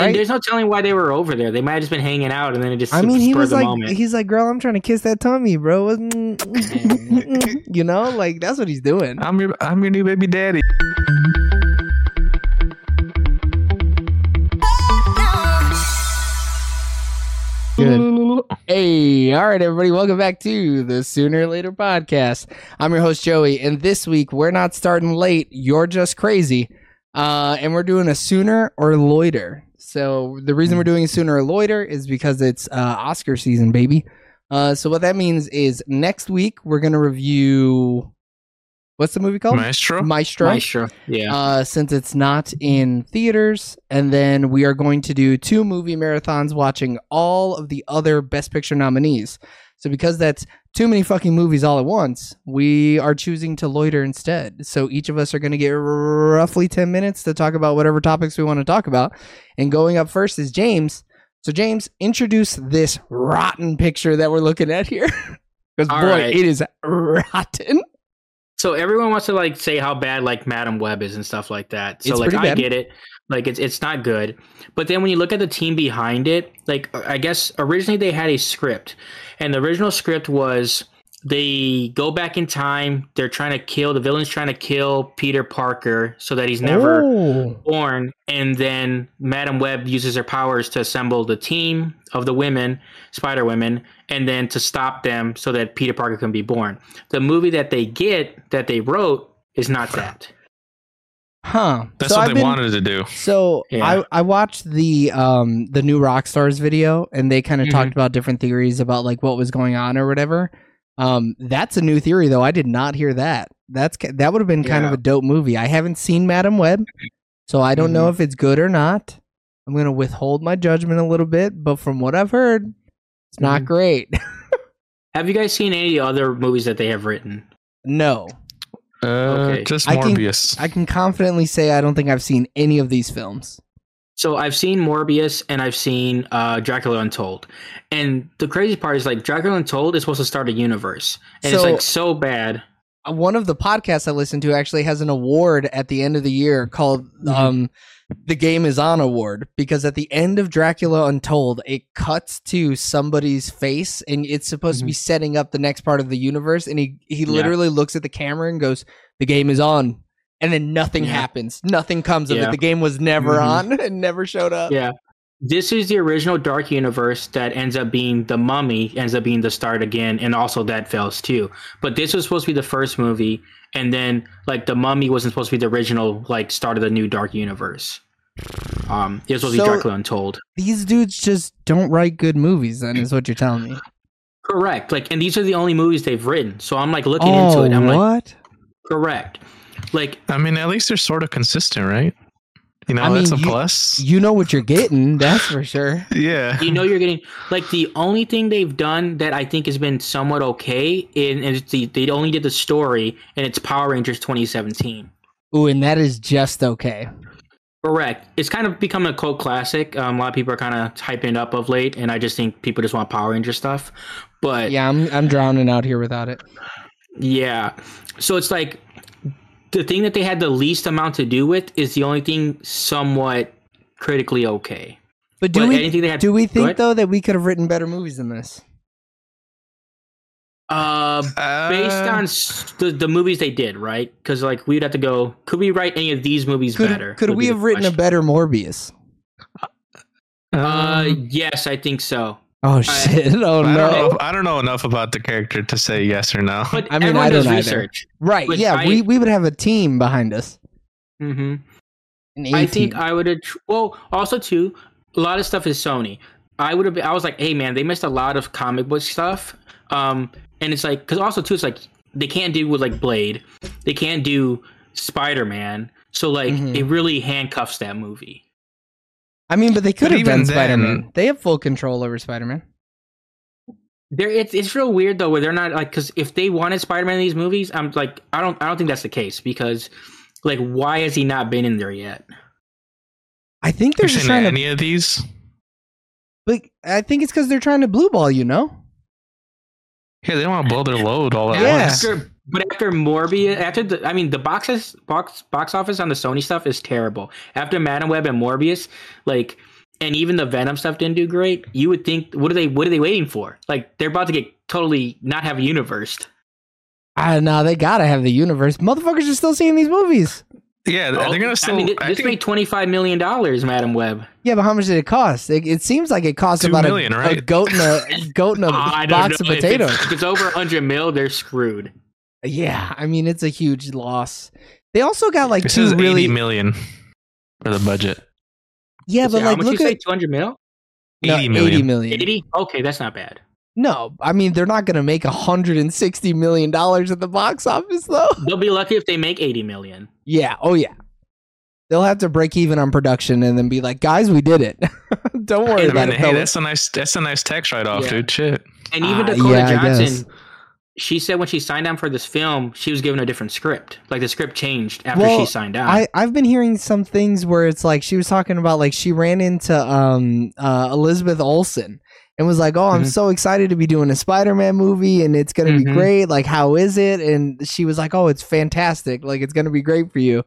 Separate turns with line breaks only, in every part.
right?
And there's no telling why they were over there. They might have just been hanging out, and then it just.
I mean, he
spurred
was
the
like,
moment.
he's like, girl, I'm trying to kiss that tummy, bro. you know, like that's what he's doing.
I'm your I'm your new baby daddy.
Good. Hey, all right, everybody, welcome back to the Sooner or Later podcast. I'm your host Joey, and this week we're not starting late. You're just crazy, uh, and we're doing a sooner or loiter. So the reason we're doing a sooner or loiter is because it's uh, Oscar season, baby. Uh, so what that means is next week we're gonna review what's the movie called
Maestro.
Maestro.
Maestro. Yeah.
uh, since it's not in theaters. And then we are going to do two movie marathons watching all of the other Best Picture nominees. So because that's too many fucking movies all at once, we are choosing to loiter instead. So each of us are going to get roughly 10 minutes to talk about whatever topics we want to talk about. And going up first is James. So James, introduce this rotten picture that we're looking at here. Because
All
boy,
right.
it is rotten.
so everyone wants to like say how bad like Madam Web is and stuff like that. So
It's
like
pretty
I
bad.
get it. Like it's it's not good. But then when you look at the team behind it, like uh, I guess originally they had a script. And the original script was they go back in time, they're trying to kill the villain's trying to kill Peter Parker so that he's never
Oh.
born and then madam web uses her powers to assemble the team of the women spider women and then to stop them so that peter parker can be born the movie that they get that they wrote is not that
Huh.
That's
So
what
I've
they
been-
wanted to do.
So
Yeah.
I I watched the um the new Rockstars video and they kind of
Mhm.
talked about different theories about like what was going on or whatever. Um that's a new theory though. I did not hear that. That's ki- that would have been kind of
Yeah.
a dope movie. I haven't seen Madam Web, so I don't know
Mm-hmm.
if it's good or not. I'm going to withhold my judgment a little bit, but from what I've heard, it's not
Mhm.
great.
have you guys seen any other movies that they have written
no.
Uh,
Okay.
Just
I can-
Morbius.
I can confidently say I don't think I've seen any of these films.
so i've seen morbius and i've seen uh, dracula untold and the crazy part is like dracula untold is supposed to start a universe and it's
So-
like so bad
Uh, one of the podcasts I listen to actually has an award at the end of the year called
Mm-hmm.
um, the Game Is On Award because at the end of Dracula Untold, it cuts to somebody's face and it's supposed to be setting up the next part of the universe. And he, he
Mm-hmm. Yeah.
literally looks at the camera and goes, The game is on. And then nothing
Yeah.
happens. Nothing comes of it.
Yeah.
The game was never
Mhm.
on and never showed up.
Yeah. This is the original Dark Universe that ends up being the Mummy, ends up being the start again, and also that fails too. But this was supposed to be the first movie, and then like the Mummy wasn't supposed to be the original like start of the new Dark Universe. Um, it was supposed to
So-
be Dracula Untold.
These dudes just don't write good movies, then, is what you're telling me.
Correct. Like, and these are the only movies they've written. So I'm like looking into it. I'm
Oh, what?
like, correct. Like,
I mean, at least they're sort of consistent, right? You know,
I
that's
mean,
a
you-
plus.
you know what you're getting, that's for sure.
yeah.
you know you're getting like the only thing they've done that I think has been somewhat okay, and, and it's the, they only did the story, and it's Power Rangers 2017.
Ooh, and that is just okay.
Correct. It's kind of become a cult classic. Um, a lot of people are kind of hyping it up of late, and I just think people just want Power Ranger stuff. But yeah,
Yeah, I'm I'm drowning out here without it.
so it's like the thing that they had the least amount to do with is the only thing somewhat critically okay.
But do
but
we
anything they had
do we think
What?
though that we could have written better movies than this?
uh,
Uh,
based on s- the, the movies they did, right? Because like we'd have to go, could we write any of these movies
Could
better?
could
would
we
be the
have written a
question.
better Morbius?
Uh,
um,
yes, I think so.
Oh shit! oh
I, don't know,
no!
if- I don't know enough about the character to say yes or no.
But
I mean,
everyone
I
does
don't either.
research.
Right?
but
Yeah,
I-
we we would have a team behind us.
Mm-hmm.
An
I
A
think
team.
I would have. Well, also too, a lot of stuff is Sony. I would have. I was like, hey man, they missed a lot of comic book stuff. Um, and it's like, cause also too, it's like they can't do with like Blade, they can't do Spider Man. So like,
Mhm.
it really handcuffs that movie.
I mean, but they could
But
have done
even
Spider Man.
then-
They have full control over Spider Man.
There, it's it's real weird though, where they're not like, cause if they wanted Spider Man in these movies, I'm like, I don't, I don't think that's the case because, like, why has he not been in there yet?
I think they're
You're
just trying
saying
to.
any of these?
But I think it's because they're trying to blue ball. You know?
Yeah, they don't want to blow their load all at
Yeah.
once.
After, but after Morbius, after the, I mean, the boxes box box office on the Sony stuff is terrible. After Madam Web and Morbius, like and even the Venom stuff didn't do great, you would think, what are they? What are they waiting for? Like they're about to get totally not have a universed.
Ah, no, they gotta have the universe. Motherfuckers are still seeing these movies.
Yeah, they're gonna still.
I mean, thi-
I
this
think
made twenty five million dollars, Madam Web.
Yeah, but how much did it cost? It, it seems like it cost
Two
about a-
million,
a,
right?
goat and a goat and a
I don't
box of
know. If it's-
potatoes.
If it's over hundred mil, they're screwed.
Yeah, I mean it's a huge loss. They also got like
this
two
is
really
eighty million for the budget.
yeah, but
how
like
much
look
you say
at
two hundred mil?
no,
80 million.
80 million.
Eighty? Okay, that's not bad.
No, I mean they're not gonna make hundred and sixty million dollars at the box office though.
They'll be lucky if they make eighty million.
Yeah, oh yeah. They'll have to break even on production and then be like, guys, we did it. don't worry
I
about it.
mean, hey,
fellas.
that's a nice that's a nice tax write off,
Yeah.
dude. Shit.
And even
Ah,
Dakota
yeah, I guess.
Johnson, she said when she signed on for this film, she was given a different script. Like the script changed after
Well,
she signed on.
I, I've been hearing some things where it's like she was talking about like she ran into um uh, Elizabeth Olsen and was like, "Oh, I'm
Mhm.
so excited to be doing a Spider-Man movie and it's gonna be
Mhm.
great. Like, how is it?" And she was like, "Oh, it's fantastic. Like, it's gonna be great for you."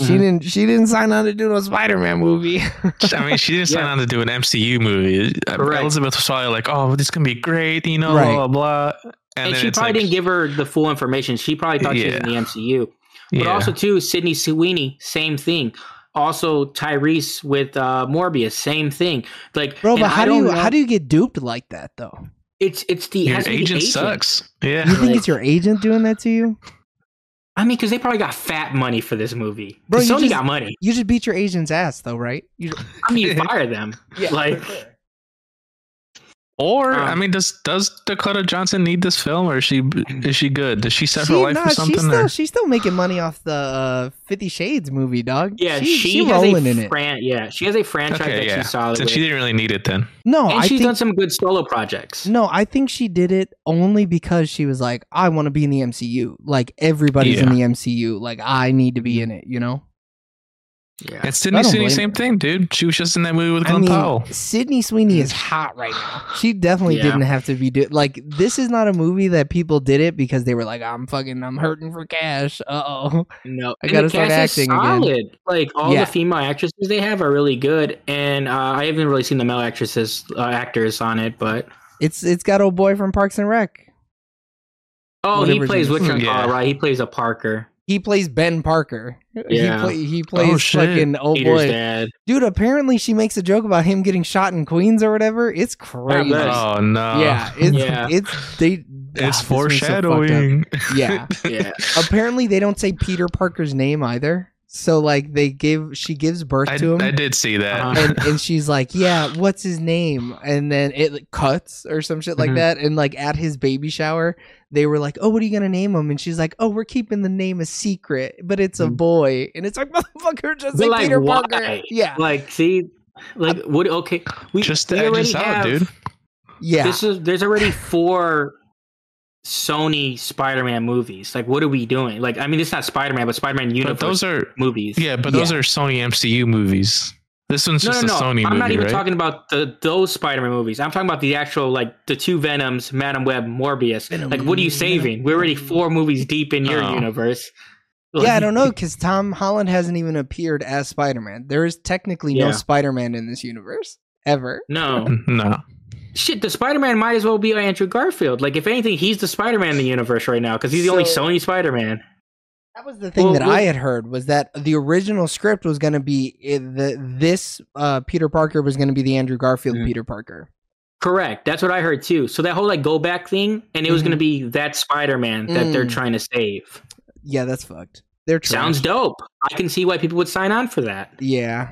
She
Mhm.
didn't. She didn't sign on to do no Spider-Man movie.
I mean, she didn't sign
Yeah.
on to do an MCU movie. Uh,
Correct.
Elizabeth was probably like, "Oh, this is gonna be great," you know,
Right.
blah blah. blah.
and
then
she
it's
probably
like-
didn't give her the full information. She probably thought she was
Yeah.
in the MCU.
Yeah.
But also too, Sydney Sweeney, same thing. Also Tyrese with uh, Morbius, same thing. Like
Bro,
and
but
I
how do
don't
you
know-
how do you get duped like that though?
it's it's the
your
has
agent,
to be the
sucks.
You
Yeah.
think it's your agent doing that to you?
I mean, because they probably got fat money for this movie.
Bro,
Bro,
you
Sony
just-
got money.
You just beat your agent's ass though, right? You,
I mean, you fire them.
yeah.
Like,
Or
Um,
I mean, does does Dakota Johnson need this film, or is she is she good? Does she set her life
nah,
for something?
She's still,
or-
she's still making money off the uh, Fifty Shades movie, dog.
yeah,
she,
she,
she
has
rolling in
a
it.
fran- Yeah, she has a franchise
Okay,
that
yeah.
she's solid
Then
with.
she didn't really need it then.
No,
and
Oh, I
she's
think
done some good solo projects.
no, I think she did it only because she was like, I want to be in the MCU. Like everybody's in
Yeah.
the MCU. Like I need to be in it. You know.
Yeah.
And Sydney
don't
Sweeney,
blame
same
her.
thing, dude. She was just in that movie with
I
Glenn
mean,
Powell.
Sydney Sweeney is hot right now. She definitely
Yeah.
didn't have to be do- like this is not a movie that people did it because they were like, I'm fucking, I'm hurting for cash. Uh oh.
No,
I
and
gotta
the
start
cast is
acting again.
solid. Like all
Yeah.
the female actresses they have are really good, and uh, I haven't really seen the male actresses uh, actors on it. But
It's it's got old boy from Parks and Rec.
oh,
Whatever
he plays
his name
which
is.
one?
Yeah.
right, he plays a Parker,
He plays Ben Parker.
Yeah.
He, play, he plays
Oh, shit.
fucking old
Peter's
boy.
dad.
Dude, apparently she makes a joke about him getting shot in Queens or whatever. It's crazy.
bet.
Oh no.
yeah, it's
Yeah.
it's they. Ah,
It's
this one's so fucked up.
foreshadowing.
yeah.
Yeah,
Apparently they don't say Peter Parker's name either. So like they give she gives birth
I,
to him.
I did see that.
Uh-huh.
and, and she's like, "Yeah, what's his name?" And then it like, cuts or some shit like
Mm-hmm.
Mhm.
that. And like at his baby shower, they were like, "Oh, what are you gonna name him?" And she's like, "Oh, we're keeping the name a secret, but it's a
Mhm.
boy." And it's like, "Motherfucker, just
But,
like,
like,
Peter
why?
Parker." Yeah,
like see, like what? Okay, we
Just
we
the edges
already
out,
have-
dude.
yeah.
This is there's already four Sony Spider-Man movies. Like, what are we doing? Like, I mean, it's not Spider-Man, but Spider-Man universe
But those are
movies.
yeah, but those
Yeah.
are Sony MCU movies. This one's
No,
just
no, no.
a Sony
I'm
movie,
not even
right?
talking about the those Spider-Man movies. I'm talking about the actual like the two Venoms, Madam Web, Morbius.
Venom,
like, what are you saving? We're already four movies deep in your
Oh.
universe.
yeah, I don't know because Tom Holland hasn't even appeared as Spider Man. There is technically no
Yeah.
Spider Man in this universe ever.
No
no.
shit. The Spider-Man might as well be Andrew Garfield. Like, if anything, he's the Spider-Man in the universe right now because he's the only
So-
Sony Spider-Man.
That was the thing
Well,
that
what-
I had heard was that the original script was going to be i- the this uh, Peter Parker was going to be the Andrew Garfield
Mhm.
Peter Parker.
Correct. That's what I heard too. So that whole like go back thing, and it was
Mhm.
going to be that Spider-Man that they're
Mm.
trying to save.
Yeah, that's fucked. They're trash.
Sounds dope. I can see why people would sign on for that.
yeah.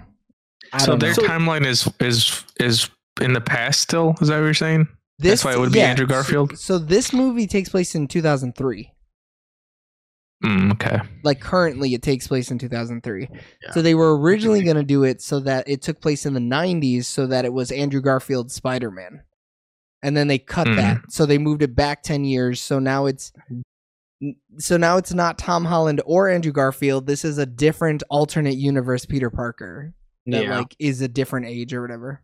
I
So
don't know.
their
So-
timeline is is is in the past still. Is that what you're saying? that's why it would be Andrew
so-
Garfield?
So, this movie takes place in 2003.
Mm, okay.
Like currently, it takes place in 2003.
Yeah.
So they were originally going to do it so that it took place in the 90s, so that it was Andrew Garfield's Spider Man, and then they cut
Hmm.
that, so they moved it back 10 years. So now it's so now it's not Tom Holland or Andrew Garfield. This is a different alternate universe Peter Parker that
Yeah.
like is a different age or whatever.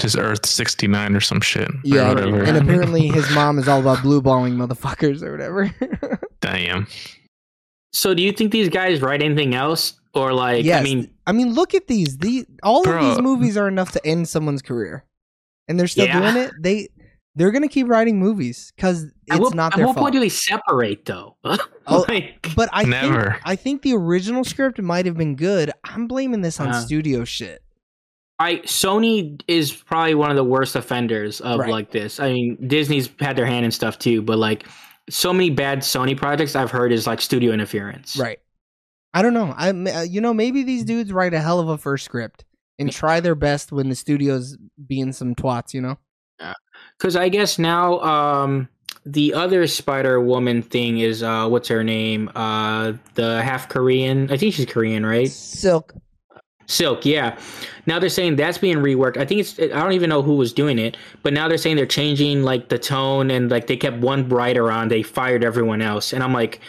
Just Earth 69 or some shit. or
Yeah,
whatever.
and apparently his mom is all about blue balling motherfuckers or whatever.
Damn.
So do you think these guys write anything else, or like?
Yes.
I mean,
I mean, look at these. The all
Bro.
of these movies are enough to end someone's career, and they're still
Yeah.
doing it. They they're gonna keep writing movies because it's
at what,
not
at
their
what
fault.
point do they separate though?
Oh,
like,
but I
Never.
think I think the original script might have been good. I'm blaming this on
Uh.
studio shit.
I Sony is probably one of the worst offenders of
Right.
like this. I mean, Disney's had their hand in stuff too, but like so many bad Sony projects I've heard is like studio interference.
Right. I don't know. I uh, you know maybe
Mm.
these dudes write a hell of a first script and try their best when the studio's being some twats. You know.
Because I guess now um, the other Spider Woman thing is uh, what's her name? Uh, the half Korean. I think she's Korean, right?
Silk.
Silk, yeah. Now they're saying that's being reworked. I think it's I don't even know who was doing it, but now they're saying they're changing like the tone and like they kept one writer on, they fired everyone else. And I'm like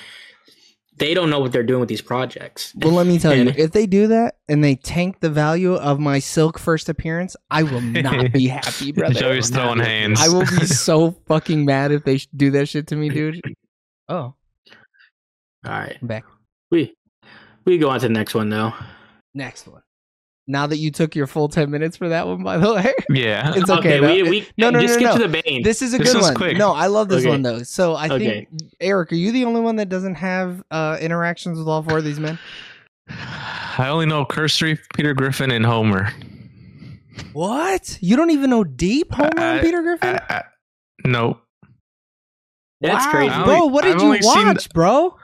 they don't know what they're doing with these projects.
Well, let me tell you,
And-
if they do that and they tank the value of my silk first appearance, I will not be happy, brother.
Joey's
I will not
throwing
be-
hands.
I will be so fucking mad if they sh- do that shit to me, dude. Oh,
All right.
I'm back.
We we go on to the next one though.
Next one. Now that you took your full ten minutes for that one, by the way,
Yeah.
it's okay. though.
we, we
no, no,
just
no,
get
no.
to the Bane.
this is a
This
good
was
one.
quick.
No, I love this
Okay.
one though. So I
Okay.
think Eric, are you the only one that doesn't have uh, interactions with all four of these men?
I only know cursory Peter Griffin and Homer.
What? You don't even know Deep Homer and
I-
Peter
I,
Griffin?
I, nope.
That's
Wow,
crazy.
I
bro.
only-
What did
I've
you
only seen-
watch, bro?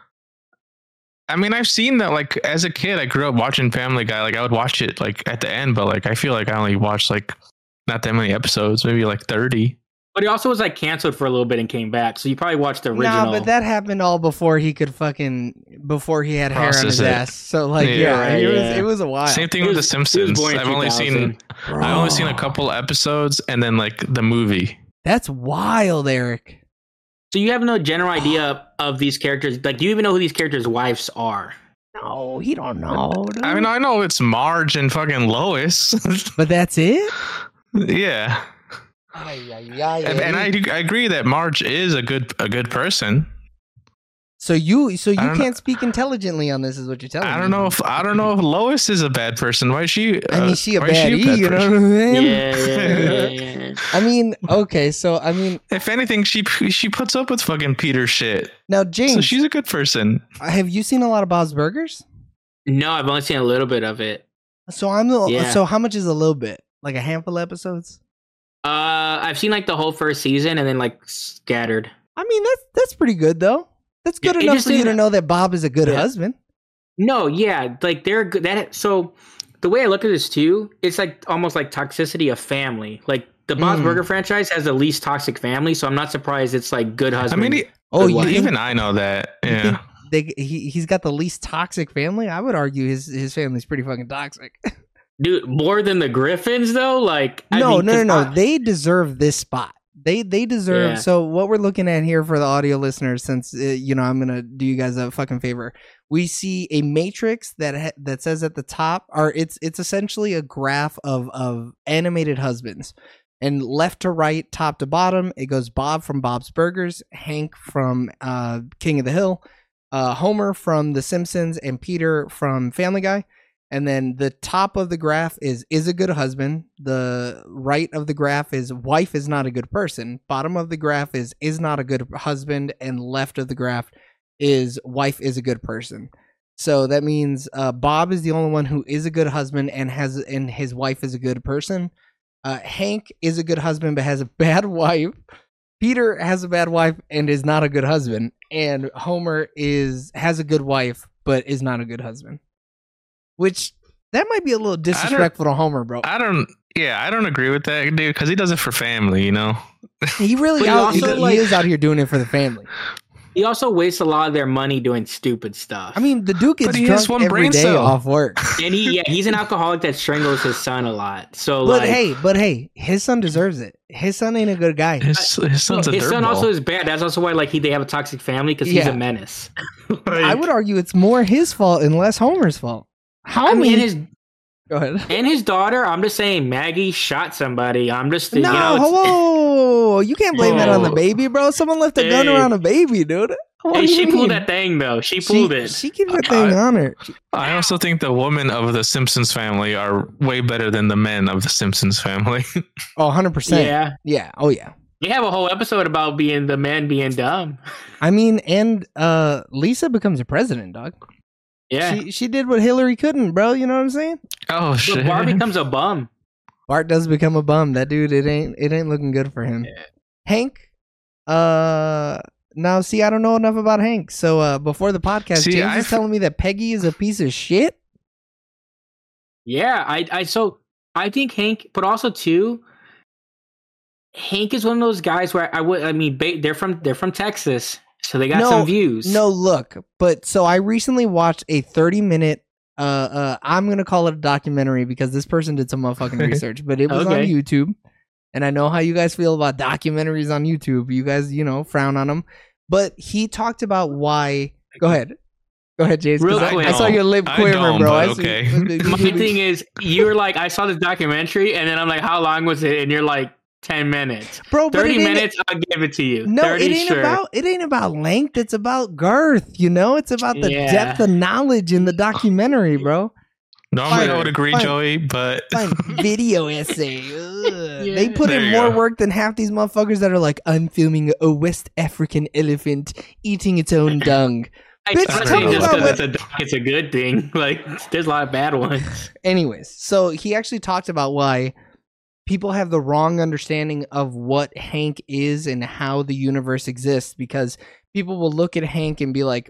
I mean, I've seen that like as a kid. I grew up watching Family Guy. Like I would watch it like at the end, but like I feel like I only watched like not that many episodes, maybe like thirty.
But it also was like canceled for a little bit and came back. So you probably watched the original.
Nah, but that happened all before he could fucking before he had hair on
Process
his
it.
ass. So like, yeah,
Yeah,
right,
it was
yeah.
it was a while.
Same thing
He
with The
was- he was
Simpsons.
born in
I've only seen
2000.
I've only seen a
Bro.
couple episodes and then like the movie.
That's wild, Eric.
So you have no general idea of these characters. Like, do you even know who these characters' wives are?
No, he don't know.
I mean, I know it's Marge and fucking Lois.
but that's it.
yeah, and, and I, do- I agree that Marge is a good a good person.
so you so you
I don't-
can't speak intelligently on this, is what you're telling me.
I don't know if I don't know if Lois is a bad person. Why is she?
I
uh,
mean, she a
why is
bad E, you know what
person?
I
Yeah,
mean?
yeah, yeah, yeah.
I mean, okay, so I mean,
If anything, she she puts up with fucking Peter shit.
now James,
So she's a good person.
have you seen a lot of Bob's Burgers?
No, I've only seen a little bit of it.
So I'm the,
Yeah.
so how much is a little bit? Like a handful of episodes?
Uh, I've seen like the whole first season and then like scattered.
I mean, that's that's pretty good though. That's good
Yeah, it
enough
just
for you to
didn't-
know that Bob is a good
Yeah.
husband.
No, yeah, like they're good. That so the way I look at this too, it's like almost like toxicity of family. Like the Bob's
Mm.
Burger franchise has the least toxic family, so I'm not surprised it's like good
I
husband.
mean, e-
Oh,
Good
you
wife.
think,
even I know that.
you think
Yeah,
they, he he's got the least toxic family? I would argue his his family's pretty fucking toxic.
dude, more than the Griffins though. Like I
no,
mean,
no,
'cause
no, no.
I-
they deserve this spot. They they deserve.
Yeah.
So what we're looking at here for the audio listeners, since uh, you know I'm gonna do you guys a fucking favor. We see a matrix that ha- that says at the top, or it's it's essentially a graph of of animated husbands, and left to right, top to bottom, it goes Bob from Bob's Burgers, Hank from uh, King of the Hill, uh, Homer from The Simpsons, and Peter from Family Guy. And then the top of the graph is is a good husband. The right of the graph is wife is not a good person. Bottom of the graph is is not a good husband. And left of the graph is wife is a good person. So that means uh, Bob is the only one who is a good husband and has and his wife is a good person. Uh, Hank is a good husband but has a bad wife. Peter has a bad wife and is not a good husband. And Homer is has a good wife but is not a good husband which that might be a little disrespectful to Homer, bro.
I don't. Yeah, I don't agree with that dude because he does it for family. You know.
he really
But he
out, he,
also,
he
like-
is out here doing it for the family.
He also wastes a lot of their money doing stupid stuff.
I mean, the Duke is
But he
drunk
has one
every
brain
day
cell.
off work.
and he yeah, he's an alcoholic that strangles his son a lot. So
But
like,
hey, but hey, his son deserves it. His son ain't a good guy.
His his son's a
his son
dirtball.
also is bad. That's also why like he they have a toxic family because he's
Yeah.
a menace.
I would argue it's more his fault and less Homer's fault. How
I mean,
many?
and his
Go ahead.
and his daughter. I'm just saying, Maggie shot somebody. I'm just you
no,
know, it's-
hello. You can't blame that on the
Whoa.
baby, bro. Someone left a gun
Hey.
around a baby, dude. What
Hey,
do you
she pulled
mean?
that thing though. She pulled
she,
it.
She gave that thing honor. She-
I also think the women of the Simpsons family are way better than the men of the Simpsons family.
Oh, 100%. Yeah.
yeah,
Oh, yeah.
you have a whole episode about being the man being dumb.
I mean, and uh, Lisa becomes a president, dog.
Yeah,
She, she did what Hillary couldn't, bro. You know what I'm saying?
oh
but
shit!
Bar becomes a bum.
Bart does become a bum. That dude, it ain't it ain't looking good for him.
Yeah.
Hank, uh, now see, I don't know enough about Hank. So uh, before the podcast,
See,
James
I've-
is telling me that Peggy is a piece of shit.
Yeah, I, I, so I think Hank, but also too, Hank is one of those guys where I would, I mean, ba- they're from they're from Texas, so they got
No,
some views.
No, look, but so I recently watched a 30 minute. Uh, uh, I'm gonna call it a documentary because this person did some motherfucking research, but it was on
Okay.
YouTube, and I know how you guys feel about documentaries on YouTube. You guys, you know, frown on them, but he talked about why. Go ahead, go ahead, James. 'cause
Real
I,
quick.
I saw your lip
I
quiver,
don't,
bro.
but
I see-
okay.
My thing is, you're like, I saw this documentary, and then I'm like, how long was it? And you're like, ten minutes,
bro, but
thirty
it ain't-
minutes. I'll give it to you.
No,
30,
it ain't
sure.
about it ain't about length. It's about girth. You know, it's about the
Yeah.
depth of knowledge in the documentary, bro.
Normally I
Fine,
would agree,
fine.
Joey, but
Fine. video essay. Ugh. They put
There
in
you
more
go.
work than half these motherfuckers that are like, I'm filming a West African elephant eating its own dung.
I,
Bitch,
I'm not
tell
saying
me
just
about
because it's a doc, it's a good thing. Like, there's a lot of bad ones.
Anyways, so he actually talked about why people have the wrong understanding of what Hank is and how the universe exists because people will look at Hank and be like,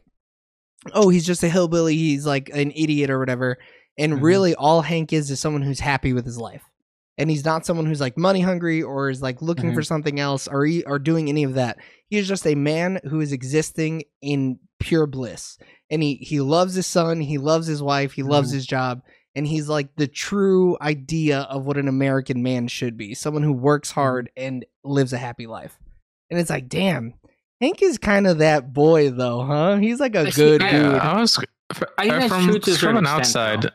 oh, he's just a hillbilly. He's like an idiot or whatever. And
Mhm.
really, all Hank is is someone who's happy with his life. And he's not someone who's like money hungry or is like looking for something else or, e- or doing any of that. He is just a man who is existing in pure bliss. And he, he loves his son. He loves his wife. He loves
Mhm.
his job. And he's like the true idea of what an American man should be someone who works
Mm-hmm.
hard and lives a happy life. And it's like, damn, Hank is kind of that boy, though, huh? He's like a
Yes,
good
he
yeah,
is.
dude.
I was uh,
I think that's
from,
true to a
from
certain
an
extent,
outside.
though.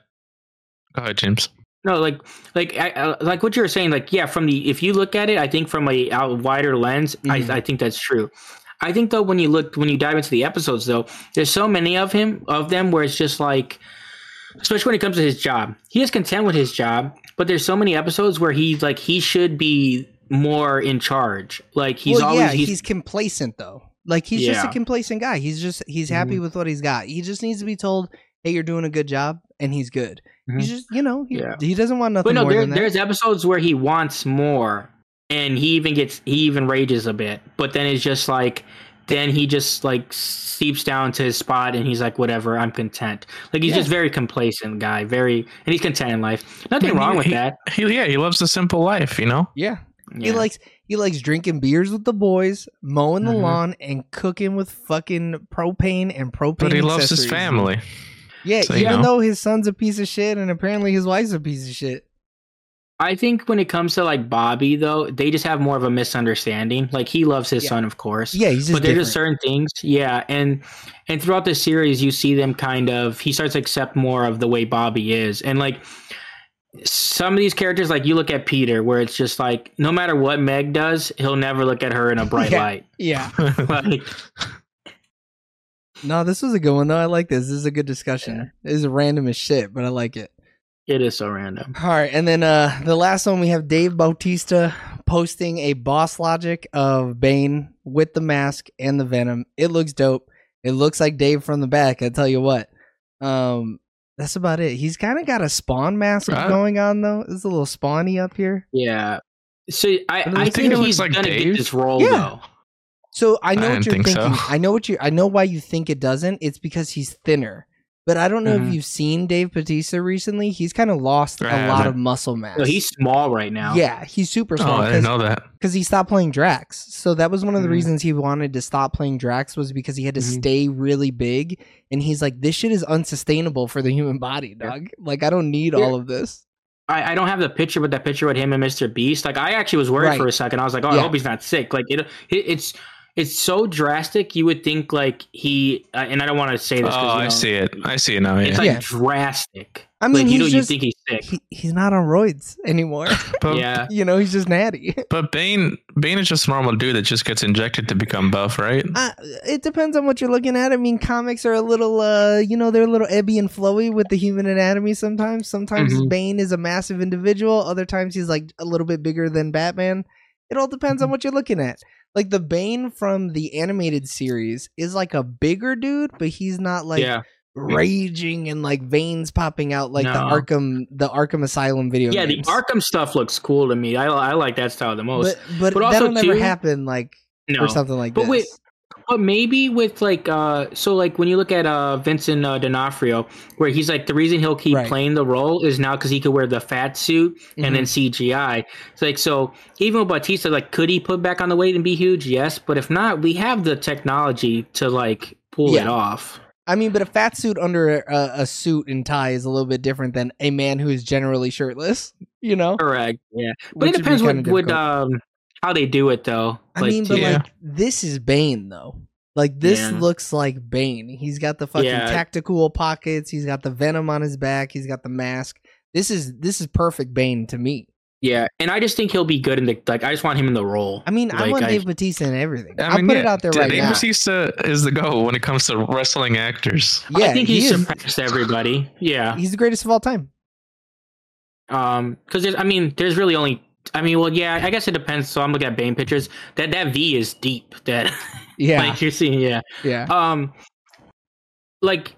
Go ahead, James.
No, like, like, I, I, like what you were saying. Like, yeah, from the if you look at it, I think from a out wider lens,
Mhm.
I, I think that's true. I think though, when you look, when you dive into the episodes, though, there's so many of him of them where it's just like, especially when it comes to his job, he is content with his job, but there's so many episodes where he's like he should be more in charge. Like he's
well,
always
yeah,
he's,
he's, complacent though. Like he's just a
Yeah. Mm-hmm.
complacent guy. He's just he's happy with what he's got. He just needs to be told, "Hey, you're doing a good job," and he's good.
Mhm.
He's just you know he,
Yeah.
he doesn't want nothing
But no,
more
there,
than that.
there's episodes where he wants more, and he even gets he even rages a bit. But then it's just like, then he just like seeps down to his spot, and he's like, whatever, I'm content. Like he's
Yeah.
just very complacent guy, very, and he's content in life. Nothing
And
wrong
he-
with that.
He, yeah, he loves the simple life, you know.
Yeah. he
Yeah.
likes he likes drinking beers with the boys, mowing the
Mm-hmm.
Mhm.
lawn, and cooking with fucking propane and propane.
But he loves his
accessories.
family.
Yeah,
So, you
even
know.
though his son's a piece of shit, and apparently his wife's a piece of shit.
I think when it comes to like Bobby though, they just have more of a misunderstanding. Like he loves his
Yeah.
son, of course.
Yeah, he's just.
but there's just
different.
certain things yeah and and throughout the series you see them kind of he starts to accept more of the way bobby is and like some of these characters like you look at peter where it's just like no matter what meg does he'll never look at her in a bright
Yeah.
light
yeah.
like
No, this was a good one though. I like this. This is a good discussion. This is random as shit, but I like it.
it is so random
All right, and then uh the last one we have Dave Bautista posting a boss logic of Bane with the mask and the venom. It looks dope. It looks like Dave from the back. I tell you what. Um, that's about it. He's kind of got a spawn mask
Right.
going on though. It's a little spawny up here.
yeah so i,
But I
I
think
think,
it looks
he's
like
gonna
Dave.
get this role
Yeah.
though
So I know what
I didn't
you're
think
thinking.
so.
I know what you. I know why you think it doesn't. It's because he's thinner. But I don't know if
Mhm.
you've seen Dave Batista recently. He's kind of lost
Mm-hmm. I
a lot
haven't.
of muscle mass.
so he's small right now
yeah, he's super
oh,
small
I didn't know that.
because he stopped playing Drax. So that was one of the
Mhm.
reasons he wanted to stop playing Drax was because he had to
Mhm.
stay really big, and he's like, "This shit is unsustainable for the human body,
Yeah.
dog. Like, I don't need
Yeah.
all of this."
I, I don't have the picture, but that picture with him and Mr. Beast, like I actually was worried
Right.
for a second. I was like, oh,
Yeah.
I hope he's not sick. Like it, it it's it's so drastic. You would think like he, uh, and I don't want to say this.
Oh,
'cause, you
I
know,
see it. I see it now.
It's
Yeah.
like
Yeah.
drastic.
I mean,
like, you know,
he's
you
just-
think he's sick.
He, he's not on roids anymore.
but,
yeah,
you know, he's just natty.
but Bane Bane is just a normal dude that just gets injected to become buff, right?
Uh, it depends on what you're looking at. I mean, comics are a little, uh, you know, they're a little ebby and flowy with the human anatomy sometimes. Sometimes
Mhm.
Bane is a massive individual, other times he's like a little bit bigger than Batman. It all depends
Mm-hmm.
on what you're looking at. Like the Bane from the animated series is like a bigger dude, but he's not like
yeah,
raging and like veins popping out like the
No.
Arkham the Arkham Asylum video.
yeah. The
games.
Arkham stuff looks cool to me. I I like that style the most.
but, but,
But also,
that'll never
too-
happen like
no,
or something like
But
this.
wait, But maybe with like uh so like when you look at uh Vincent uh, D'Onofrio where he's like the reason he'll keep
Right.
playing the role is now cuz he could wear the fat suit
Mhm.
and then CGI. It's like so even with Batista like could he put back on the weight and be huge? Yes, but if not, we have the technology to like pull it
Yeah.
off.
I mean, but a fat suit under a, a suit and tie is a little bit different than a man who is generally shirtless. You know,
Correct. Yeah. But
Which
it
would be
depends what
kinda
would
difficult.
um how they do it though.
I mean, but
to-
yeah.
like this is Bane though. Like this
Yeah.
looks like Bane. He's got the fucking
Yeah.
tactical pockets. He's got the venom on his back. He's got the mask. This is this is perfect Bane to me.
yeah, and I just think he'll be good in the like I just want him in the role.
I mean, I
Like,
want Dave Batista in everything. I
I mean,
will put
yeah,
it out there
Dave
right now.
Batista is the go when it comes to wrestling actors.
yeah,
I think
he
he,
is-
surpassed everybody. Yeah.
he's the greatest of all time.
Um, because there's, I mean, there's really only, I mean, well, yeah, I guess it depends. So I'm looking at Bane pictures. That that V is deep. That
Yeah,
like you're seeing, yeah.
yeah.
Um, like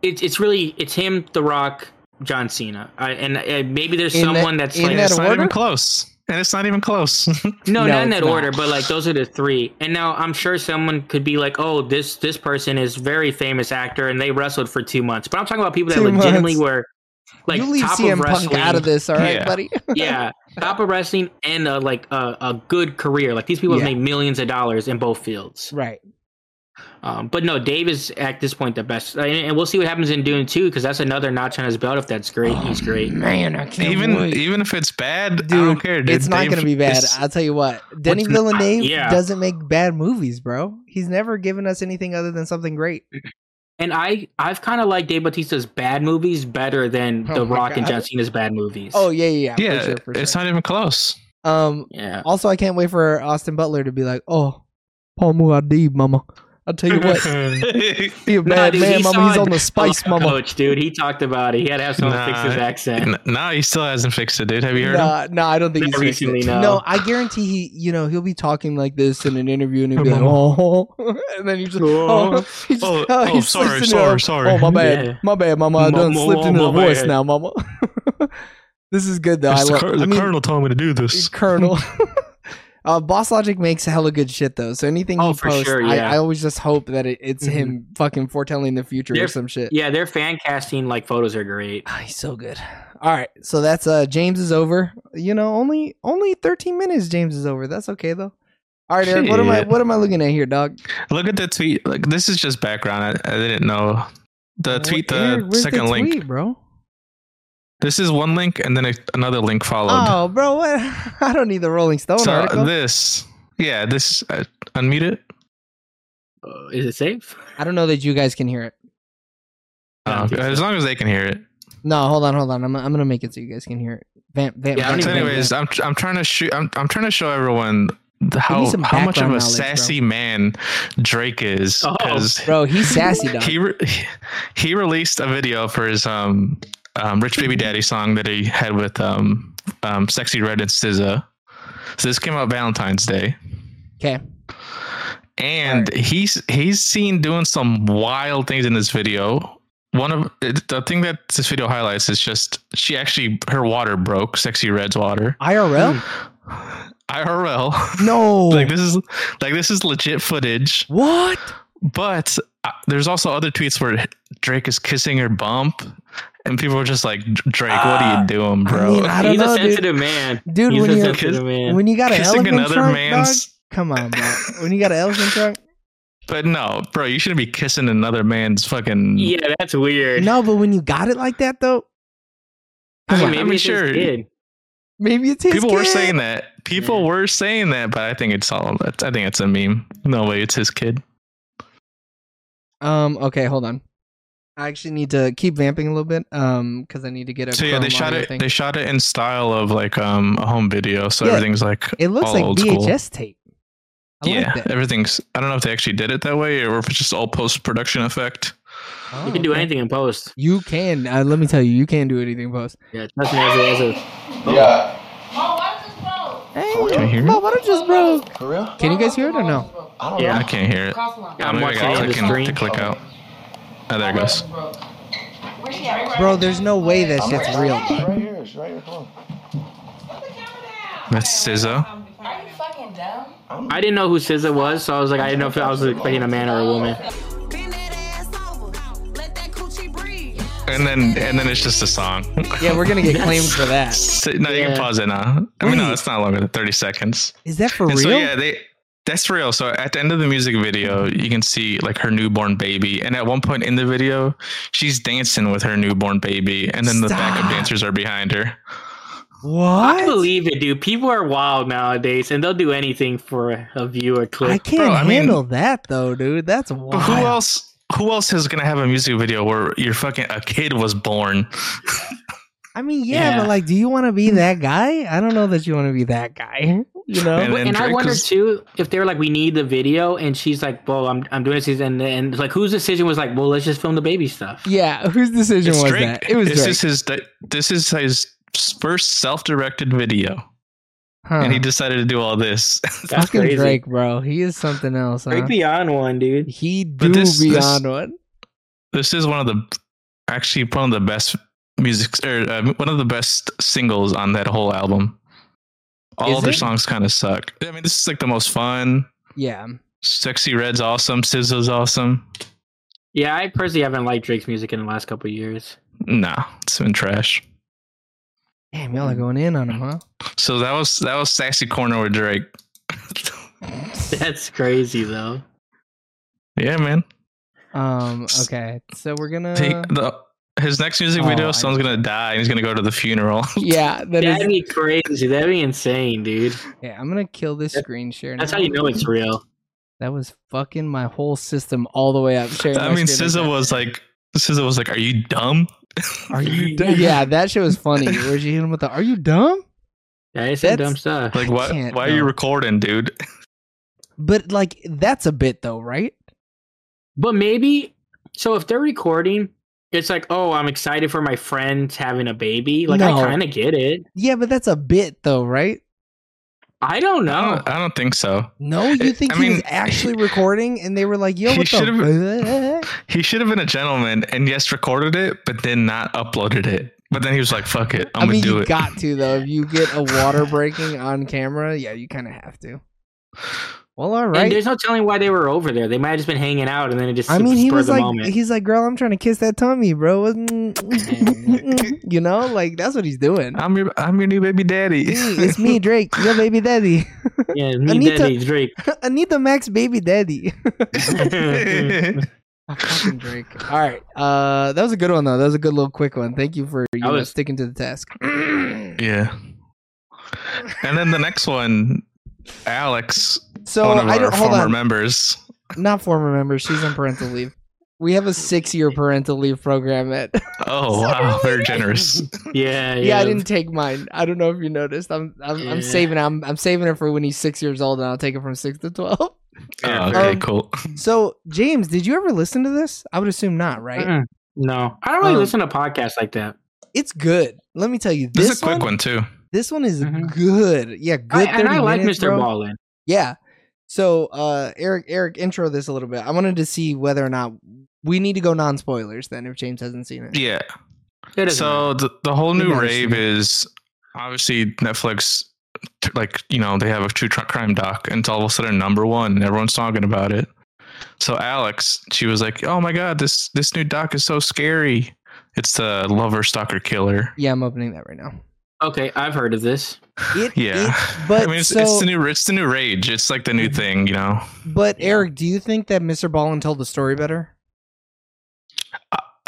it's it's really it's him, The Rock, John Cena, I, and uh, maybe there's
In that-
someone that's
in
like
And
that
it's not
order?
even close. And it's not even close.
no,
No,
not in
it's
that
not.
order, but like those are the three. And now I'm sure someone could be like, oh, this this person is very famous actor, and they wrestled for two months. But I'm talking about people that
Two
legitimately
months.
were like
you leave
top
CM
of wrestling.
Punk out of this, all right,
Yeah.
buddy?
yeah, top of wrestling and uh, like a a good career. Like these people
Yeah.
have made millions of dollars in both fields.
right.
Um, but no, Dave is at this point the best, and, and we'll see what happens in Dune too, because that's another notch on his belt. If that's great, he's great.
Oh, Man, I can't
even
wait.
even if it's bad, I
Dude,
don't care. Dude.
it's not
Dave
going to be bad.
is-
I'll tell you what. Denny
What's not-
Villeneuve
yeah.
doesn't make bad movies, bro. He's never given us anything other than something great.
And I I've kind of liked Dave Bautista's bad movies better than
Oh
The
my
Rock and
God.
John Cena's bad movies.
Oh yeah, yeah, yeah.
yeah,
for sure, for
it's
sure.
not even close.
um,
yeah.
also, I can't wait for Austin Butler to be like, "Oh, Paul Muad'Dib, mama. I'll tell you what, be a
Nah,
bad
dude,
man,
he
mama.
saw
He's
it.
on the spice, mama."
Coach, dude, he talked about it. He had to have someone
Nah,
fix his accent.
no, he still hasn't fixed it, dude. Have you heard him?
Nah, nah, I don't think
Not
he's fixed
recently,
it.
no.
No, I guarantee he, you know, he'll be talking like this in an interview and he'll be like, "Oh," and then he just, "Oh, he just,
Oh,
he
oh,
slips
sorry,
into
sorry,
a-
sorry.
Oh my bad,
Yeah.
my bad, mama. I
Ma-
done
ma-
slipped into
ma-
the
my
voice
bad.
now, mama. this is good though. I
It's the
love.
cur- the
I mean,
colonel told me to do this.
Colonel. uh, Boss Logic makes hella good shit though. So anything
Oh,
he
for
posts,
sure, yeah.
I, I always just hope that it, it's
Mhm.
him fucking foretelling the future or
They're-
some shit.
Yeah, their fan casting like photos are great.
Ah, he's so good. All right, so that's uh James is over. You know, only only thirteen minutes. James is over. That's okay though. All right, Eric. What am I
Shit.
what am I looking at here, dog?
Look at the tweet. Like this is just background. I, I didn't know. The tweet, the
Eric, where's
second link.
tweet, bro.
This is one link, and then a, another link followed.
Oh, bro, what? I don't need the Rolling Stone
so
Oh, article.
this, yeah, this. Uh, unmute it.
Uh, is it safe?
I don't know that you guys can hear it.
I
Oh,
don't think
as
so.
long as they can hear it.
No, hold on, hold on. I'm, I'm gonna make it so you guys can hear it. Vamp, vamp,
Yeah, I don't
vamp,
So
even
vamp,
anyways,
vamp.
I'm I'm trying to shoot. I'm I'm trying to show everyone th- how
some
how much of
background
a
knowledge,
sassy man Drake is.
Oh.
'cause
bro, he's sassy dog.
he re- he released a video for his um um rich baby daddy song that he had with um um sexy red and SZA. So this came out Valentine's Day.
Okay,
and he's he's seen doing some wild things in this video. One of it- the thing that this video highlights is just she actually her water broke, sexy red's water.
IRL.
IRL.
No,
like this is like this is legit footage.
what?
But uh, there's also other tweets where Drake is kissing her bump, and people are just like, Drake, what are
Ah.
you doing,
I
bro?
mean, I don't
He's
know,
a
dude.
sensitive man.
Dude,
He's
when
a
you
sensitive man.
when you got an
kissing
elephant
another
trunk, dog,
man's
come on, bro. When you got an elephant trunk,
but no, bro, you shouldn't be kissing another man's fucking
Yeah, that's weird.
no, but when you got it like that though,
I
come
mean, maybe
on.
I mean,
it's his
sure.
kid.
Maybe it's his
People
kid.
were saying that. People
Yeah.
were saying that, but I think it's all. I think it's a meme. No way, it's his kid.
Um. Okay, hold on. I actually need to keep vamping a little bit. Um, because I need to get a.
So yeah, they
Chrome
shot
audio
it.
thing.
They shot it in style of like um a home video, so
Yeah.
everything's like
it looks
all
like
Oh, old school.
VHS tape. I
yeah,
like that.
everything's. I don't know if they actually did it that way or if it's just all post production effect.
Oh,
You can do
okay.
anything in post.
You can. Uh, let me tell you, you can do anything post.
Yeah, trust me. As a, as a,
Yeah.
Oh,
Hey,
Oh, Can you hear me?
my water just broke.
For real?
Can you guys hear it or no?
I don't
Yeah.
I
know.
can't hear it.
Yeah, I'm
Maybe I
watching
gotta
it on the
click in
screen.
to click out. Oh, there it goes.
Bro, there's no way that
I'm
shit's
right-
real.
It's right here. It's right here. Hold on.
That's SZA.
Are you fucking dumb?
I didn't know who SZA was, so I was like, I didn't know if I was expecting a man or a woman.
Bend that ass over. Let that coochie breathe.
And then and then it's just a song.
Yeah, we're gonna get claimed for that.
So- no, you
Yeah.
can pause it now. I mean,
Wait.
no, it's not longer than thirty seconds.
Is that for
and
real?
so yeah, they that's real. So at the end of the music video, you can see like her newborn baby, and at one point in the video, she's dancing with her newborn baby, and then the backup
Stop.
dancers are behind her.
What?
I believe it, dude. People are wild nowadays, and they'll do anything for a, a view or
I
clip.
can't
Bro, I mean-
handle that though, dude. That's
But
wild.
who else? Who else is gonna have a music video where your fucking a kid was born?
I mean, yeah,
Yeah.
but like, do you want to be that guy? I don't know that you want to be that guy. You know?
And
And,
then
I
Drake
wonder
was-
too if they were like, "We need the video," and she's like, "Well, I'm I'm doing this," and and it's like, whose decision was like, "Well, let's just film the baby stuff."
yeah, whose decision
It's
was
Drake.
that? It was
this
Drake.
is his. This is his first self-directed video,
Huh.
and he decided to do all this.
That's
Fucking
crazy.
Drake, bro. He is something else. Huh?
Drake beyond one, dude.
He do
this- this-
beyond one.
this is one of the actually one of the best music or uh, one of the best singles on that whole album. All
Is
other
it?
songs kind of suck. I mean, this is like the most fun.
Yeah.
Sexy Red's awesome. SZA's awesome.
Yeah, I personally haven't liked Drake's music in the last couple of years.
Nah, it's been trash.
Damn,
Mm.
y'all are going in on him, huh?
So that was that was Sassy Corner with Drake.
That's crazy though.
yeah, man.
Um. Okay. So we're gonna.
He- the, his next music
Uh. Oh,
video,
I-
someone's gonna die and he's gonna go to the funeral.
yeah. That
That'd
is.
be crazy. That'd be insane, dude.
Yeah. I'm gonna kill this screen share.
That's
now.
how you know it's real.
That was fucking my whole system all the way up. Sharing
I
my
mean,
screen like
SZA
that.
was like, SZA was like, "Are you dumb?"
Are you dumb? yeah, that shit was funny. Where she hit him with the "Are you dumb?"
Yeah, it's some
That's-
dumb stuff.
Like, what?
can't
Why are you
know.
recording, dude?
But like, that's a bit though, right?
But maybe so if they're recording, it's like, oh, I'm excited for my friends having a baby. Like
No.
I kind of get it.
Yeah, but that's a bit though, right?
I don't know.
Uh,
I don't, I don't think so.
No, you
It-
think
I
he was
mean,
actually recording, and they were like, "Yo,
he
what the?" fuck?"
He should have been a gentleman and yes, recorded it, but then not uploaded it. But then he was like, "Fuck it, I'm
I mean,
gonna do
you
it."
got to though. If you get a water breaking on camera, yeah, you kind of have to. Well, all
And
right.
there's no telling why they were over there. They might have just been hanging out, and then it just
I mean, he
spur
was
the
like,
moment.
he's like, "Girl, I'm trying to kiss that tummy, bro." you know, like that's what he's doing.
I'm your, I'm your new baby daddy.
Hey, it's me, Drake, your baby daddy.
yeah, me,
Anita-
Daddy, Drake.
Anita Max, baby daddy.
that
Fucking Drake. All right. Uh, that was a good one though. That was a good little quick one. Thank you for you
That
know,
was-
sticking to the task.
yeah. And then the next one, Alex,
So
one of
I
our
don't hold
former
on.
members.
Not former member. She's on parental leave. We have a six-year parental leave program. At
Oh wow, very generous.
Yeah, yeah.
yeah, I didn't take mine. I don't know if you noticed. I'm I'm,
Yeah.
I'm saving. I'm I'm saving it for when he's six years old, and I'll take it from six to twelve.
Oh, okay,
Um,
cool.
So James, did you ever listen to this? I would assume not, right?
Mm-mm. No, I don't really
Um,
listen to podcasts like that.
It's good. Let me tell you.
This,
This,
is a quick one, too.
This one is
Mhm.
good. Yeah,
I,
good.
and
30
I like
minutes,
Mr.
bro.
Ballin.
Yeah. So, uh, Eric, Eric, intro this a little bit. I wanted to see whether or not we need to go non spoilers then if James hasn't seen it.
Yeah.
It is
So the, the whole new
Never
rave
seen it.
is obviously Netflix, t- like, you know, they have a true tr- crime doc and it's all of a sudden number one and everyone's talking about it. So Alex, she was like, oh my God, this, this new doc is so scary. It's the lover, stalker, killer.
Yeah, I'm opening that right now.
okay. I've heard of this.
It,
Yeah.
it- but
I mean, it's,
so, Mm-hmm.
it's the new, it's the new rage. It's like the new thing, you know?
but Eric, do you think that Mr. Ballin told the story better?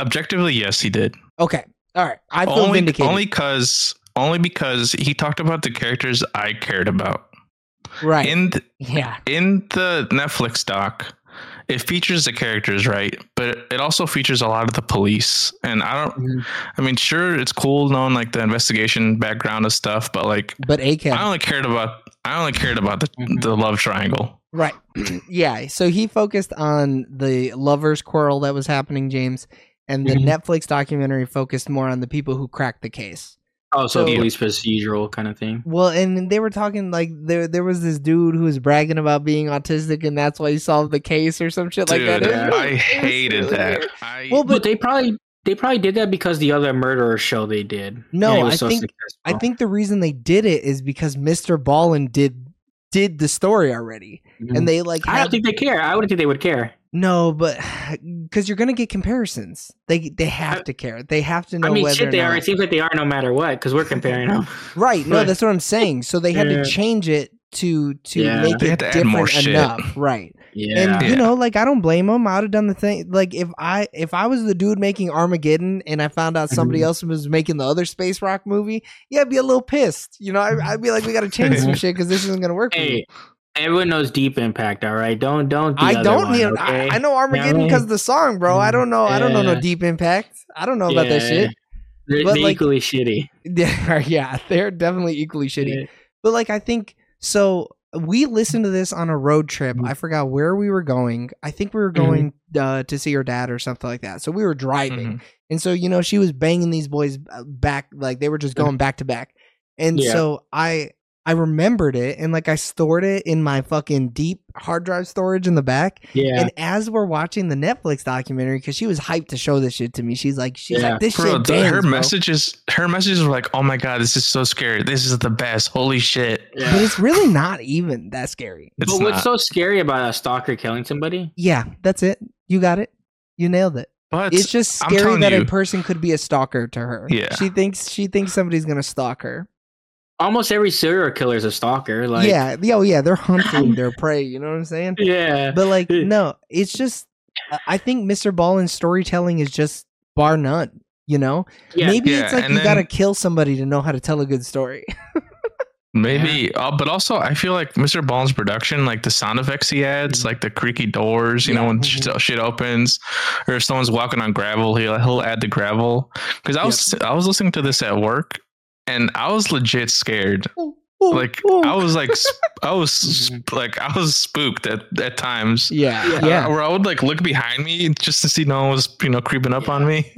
Objectively, yes, he did.
Okay. All right. I feel
only
vindicated.
only because only because he talked about the characters I cared about.
Right.
In th-
yeah.
in the Netflix doc, it features the characters, right? But it also features a lot of the police. And I don't
Mhm.
I mean, sure, it's cool knowing like the investigation background of stuff, but like
But ACAB.
I only cared about I only cared about the
Mhm.
the love triangle.
Right. yeah. So he focused on the lovers' quarrel that was happening, James, and the
Mm-hmm.
Mhm.
Netflix documentary focused more on the people who cracked the case.
Oh, so,
So-
police procedural kind of thing.
Well, and they were talking like there there was this dude who was bragging about being autistic, and that's why he solved the case or some shit like that.
Dude,
It was
yeah.
weird. It
I
was
hated
really
that.
weird.
I,
Well,
But
but
they probably they probably did that because the other murderer show they did.
No,
and it
I think- I think the reason they did it is because Mr. Ballin did did the story already,
Mhm.
and they like
I
had
don't think they care. I wouldn't think they would care.
No, but because you're gonna get comparisons, they they have
I-
to care. They have to know
I mean,
whether
shit,
or
they
not.
are. It seems like they are no matter what because we're comparing them.
right. No, that's what I'm saying. So they had
Yeah.
to change it to to
Yeah.
make
They
it
had to add
different
more shit.
enough, right?
Yeah.
And you
Yeah.
know, like I don't blame them. I would have done the thing. Like if I if I was the dude making Armageddon and I found out somebody else was making the other space rock movie, yeah, I'd be a little pissed. You know, I, I'd be like, we got to change some shit because this isn't gonna work. for me.
hey, everyone knows Deep Impact, all right? Don't don't. The
I
other
don't
one,
need.
Okay?
I, I know Armageddon
Yeah.
because the song, bro. I don't know. I don't know no
Yeah.
Deep Impact. I don't know about that
Yeah.
shit.
They're,
but,
they're
like-
equally shitty.
Yeah, yeah, they're definitely equally shitty. But like, I think so. We listened to this on a road trip.
Mm-hmm.
I forgot where we were going. I think we were going uh, to see her dad or something like that. So we were driving,
Mm-hmm.
Mhm.
and so you know she was banging these boys uh, back, like they were just going back to back. And
Uh-huh. Yeah.
so I I remembered it, and like I stored it in my fucking deep hard drive storage in the back.
Yeah.
And as we're watching the Netflix documentary, because she was hyped to show this shit to me, she's like, she's
Yeah.
like, this
Bro,
shit.
the-
bangs,
her
bro."
messages, her messages were like, "Oh my god, this is so scary. This is the best. Holy shit!"
yeah.
but it's really not even that scary.
It's
but
not.
what's so scary about a stalker killing somebody?
Yeah, that's it. You got it. You nailed it.
but
It's, just
I'm
scary
telling
that a
you.
person could be a stalker to her.
Yeah.
she thinks she thinks somebody's gonna stalk her.
Almost every serial killer is a stalker. Like
yeah, yeah, oh yeah, they're hunting their prey. You know what I'm saying?
yeah.
But like, no, it's just. I- I think Mr. Ballin's storytelling is just bar none. You know,
Yeah.
maybe
Yeah,
it's like
and
you
then-
gotta kill somebody to know how to tell a good story.
maybe. Uh, but also, I feel like Mr. Bond's production, like the sound effects he adds,
Mm-hmm.
like the creaky doors, you know, when shit, shit opens, or if someone's walking on gravel, he'll he'll add the gravel. Because I was I was listening to this at work, and I was legit scared. Like I was like sp- I was
Mm-hmm.
sp- like I was spooked at at times.
yeah,
Uh, where I would like look behind me just to see no one was you know creeping up on me.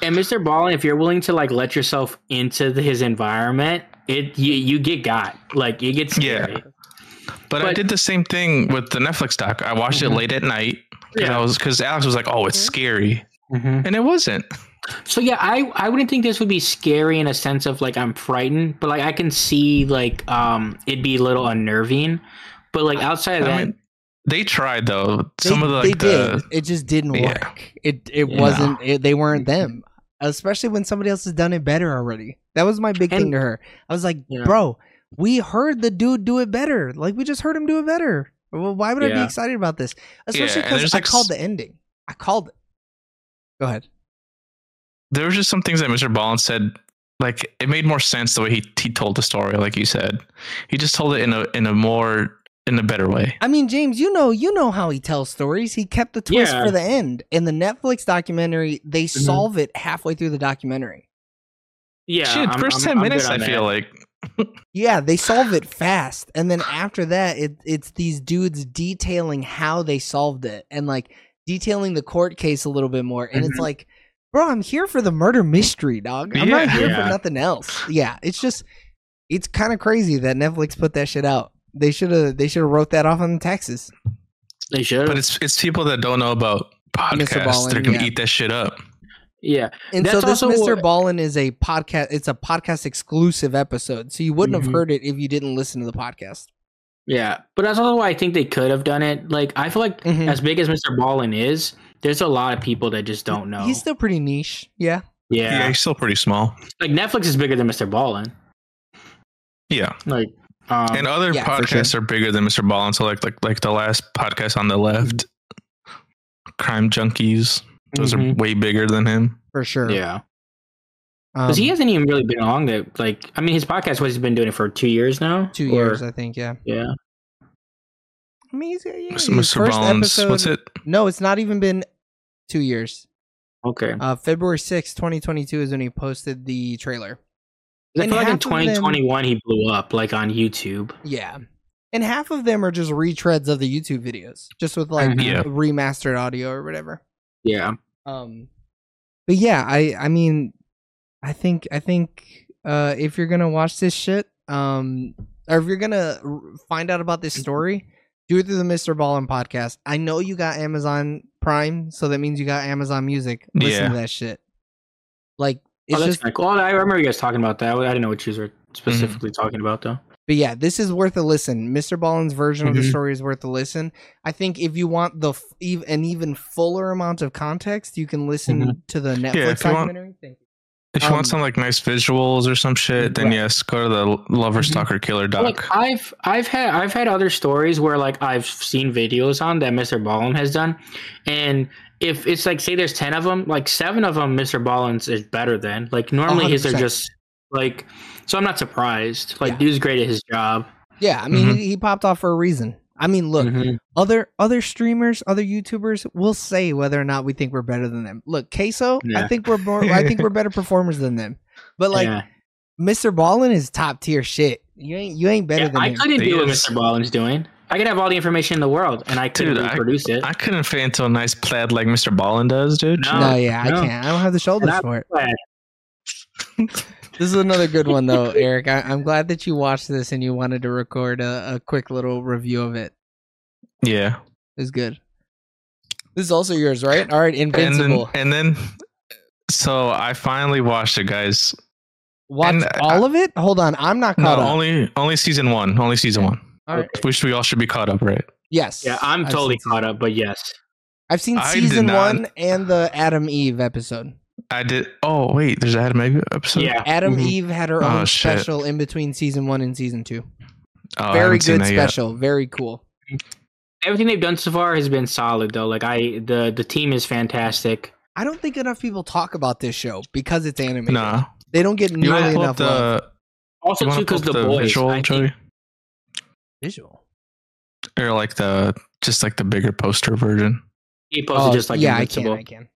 And Mr. Ballin, if you're willing to like let yourself into the, his environment, it you, you get got. Like it gets
Yeah.
scary.
But, I
But- Mm-hmm.
did the same thing with the Netflix doc. I watched it late at night because
Yeah. Mm-hmm.
I was because Alex was like, "Oh, it's scary,"
Mhm.
and it wasn't.
So yeah, I I wouldn't think this would be scary in a sense of like I'm frightened, but like I can see like um it'd be a little unnerving. But like outside of that,
I mean, they tried though.
They-
Some of the,
they
like
did.
the
It just didn't
Yeah.
work. It it
Yeah.
wasn't. It, they weren't them. Especially when somebody else has done it better already. That was my big thing
And-
to her. I was like,
Yeah.
bro, we heard the dude do it better. Like we just heard him do it better. Well, why would I be
Yeah.
excited about this? Especially
and
because
there's,
I
like,
called
s-
the ending. I called it. Go ahead.
there was just some things that Mr. Ballin said. Like it made more sense the way he he told the story. Like you said, he just told it in a in a more in a better way.
I mean, James, you know, you know how he tells stories. He kept the twist
Yeah.
for the end. In the Netflix documentary, they solve it halfway through the documentary.
yeah,
Shit,
I'm-
1st
I'm-
10
I'm
minutes,
good
I
on
feel
that.
like
Yeah, they solve it fast, and then after that, it it's these dudes detailing how they solved it and like detailing the court case a little bit more. And
Mm-hmm.
it's like, bro, I'm here for the murder mystery, dog. I'm not
Yeah.
here for
Yeah.
nothing else. Yeah, it's just it's kind of crazy that Netflix put that shit out. They should have they should have wrote that off on the taxes.
they should.
But it's it's people that don't know about podcasts.
Ballin,
They're gonna
yeah.
eat that shit up.
yeah,
And so
That's
this
also
Mr.
what-
Ballin is a podcast. It's a podcast exclusive episode, so you wouldn't
Mhm.
have heard it if you didn't listen to the podcast.
yeah. But that's also why I think they could have done it. Like I feel like
Mhm.
as big as Mr. Ballin is, there's a lot of people that just don't know.
He's still pretty niche. Yeah.
Yeah,
yeah.
he's still pretty small.
like Netflix is bigger than Mr. Ballin.
Yeah.
Like um,
and other
yeah, for
podcasts are bigger than Mr. Ballin. So like like like the last podcast on the left, Crime Junkies. Those
Mhm.
are way bigger than him.
For sure.
yeah.
Um,
Because he hasn't even really been along that. Like, I mean, his podcast was he's been doing it for two years now.
two
Or-
years, I think. Yeah.
Yeah.
I mean, he's, yeah,
Mr.
his first
Bones, what's
episode-
it?
No, it's not even been two years.
Okay. Is
Uh, February sixth, twenty 2022 is when he posted the trailer.
I
and
feel like in
half of them-
2021 he blew up like on YouTube.
Yeah. And half of them are just retreads of the YouTube videos, just with like
Mhm. Yeah.
remastered audio or whatever.
Yeah.
Um but yeah, I I mean I think I think uh if you're going to watch this shit, um or if you're going to r- find out about this story, do it through the Mr. Ballin podcast. I know you got Amazon Prime, so that means you got Amazon Music. Listen
Yeah.
to that shit. Like
Oh,
it's
that's
just
kinda cool. Oh, I remember you guys talking about that. I didn't know what you were specifically talking about though.
But yeah, this is worth a listen. Mr. Ballin's version of the
Mm-hmm.
Mhm.
story is worth a listen. I think if you want the f- ev- an even fuller amount of context, you can listen to the Netflix
Mm-hmm. if you want-
documentary. Thank you.
If you
Um,
want some like nice visuals or some shit, then
Right. Mm-hmm.
yes, go to the Lover
Mhm.
Stalker Killer doc.
Like I've I've had I've had other stories where like I've seen videos on that Mr. Ballin has done, and if it's like say there's ten of them, like seven of them Mr. Ballin's is better than like normally his are
100%.
just like so I'm not surprised like
Yeah.
he was great at his job.
Yeah, I mean
Mm-hmm.
Mhm.
he, he popped off for a reason. I mean, look,
Mhm.
other other streamers, other YouTubers will say whether or not we think we're better than them. Look, Queso, I
Yeah.
think we're more, I think we're better performers than them. But like
yeah.
Mr. Ballin is top tier shit. You ain't you ain't better
Yeah,
than
I
him.
couldn't do what
Yes.
Mr. Ballin's doing. I could have all the information in the world, and I couldn't
Dude, I-
reproduce it.
I couldn't fit into a nice plaid like Mr. Ballin does, dude.
No.
No, yeah, I
No.
can't. I don't have the shoulders
Not-
for it.
But
This is another good one though, Eric. I, I'm glad that you watched this and you wanted to record a, a quick little review of it.
Yeah.
It was good. This is also yours, right? All right, Invincible.
And then and then so I finally watched it, guys.
Watch
and, uh,
all of it. Hold on, I'm not
No,
caught up.
only only season one. Only season one.
all right.
Which we all should be caught up, right?
Yes.
yeah, I'm
I've
totally
seen season-
caught up. But yes,
I've seen
I did
season
not.
one and the Adam Eve episode.
I did oh wait, there's an Adam Eve episode?
yeah,
Adam
Mhm.
Eve had her
Oh,
own
shit.
special in between season one and season two.
Oh, I
Very
haven't seen
good
that yet.
special. Very cool.
everything they've done so far has been solid though. Like I, the the team is fantastic.
I don't think enough people talk about this show because it's animated.
Nah.
They don't get
You uh, wanna
nearly
pull up
enough love.
the
Also
you
too,
wanna pull
because
up
the,
the,
boys, I
visual,
think-
Joey?
visual.
Or like the just like the bigger poster version.
he posted just like
Oh, yeah,
invincible.
I can. I can.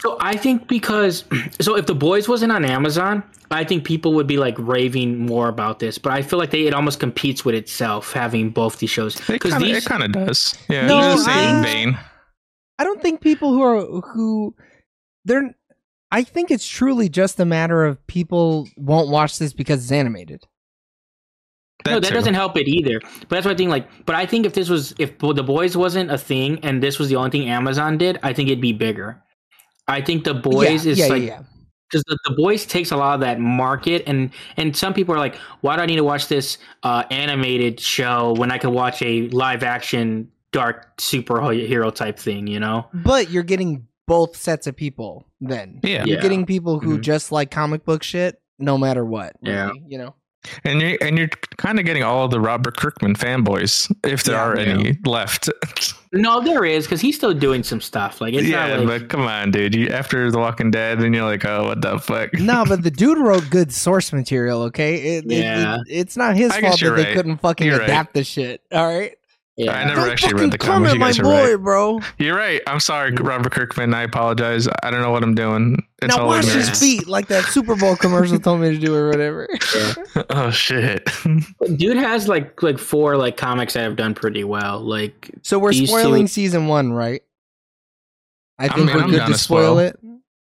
So I think because so if the boys wasn't on Amazon, I think people would be like raving more about this. But I feel like they it almost competes with itself having both these shows
It
because
kind of
these
it kind of does. Yeah,
No,
no, in the same
I-
vein.
I don't think people who are who they're I think it's truly just a matter of people won't watch this because it's animated.
no, that
too.
doesn't help it either. But that's what I think. Like, but I think if this was if Bo- the boys wasn't a thing and this was the only thing Amazon did, I think it'd be bigger. I think the boys
yeah,
is
yeah,
like
yeah,
because the, the boys takes a lot of that market and and some people are like why do i need to watch this uh animated show when i could watch a live action dark superhero type thing you know
yeah. But you're getting both sets of people then.
Yeah.
You're
Yeah.
getting people who
Mhm.
just like comic book shit no matter what.
Yeah.
really, you know.
And you're and you're kind of getting all the Robert Kirkman fanboys, if there
Yeah,
are
yeah.
any left.
no there is because he's still doing some stuff like it's
yeah,
not like
but come on, dude. You after The Walking Dead, and you're like, oh, what the fuck?
no, but the dude wrote good source material, okay? It, it- it-
Yeah.
it's not his
I guess
fault that
you're
they
right.
couldn't fucking
You're right.
adapt the shit. All right?
yeah.
I never
Don't
actually
fucking
read the
come
comics.
at
You
my
guys are
boy,
right.
bro.
You're right. I'm sorry, Robert Kirkman. I apologize. I don't know what I'm doing. It's
now
all
wash his
ignorance.
ignorance.
feet like that Super Bowl commercial told me to do or whatever.
oh shit.
dude has like like four like comics that have done pretty well like
So we're
These two-
spoiling season one, right? I think
mean,
we're
I'm
good
down
to
to
spoil
spoil.
it.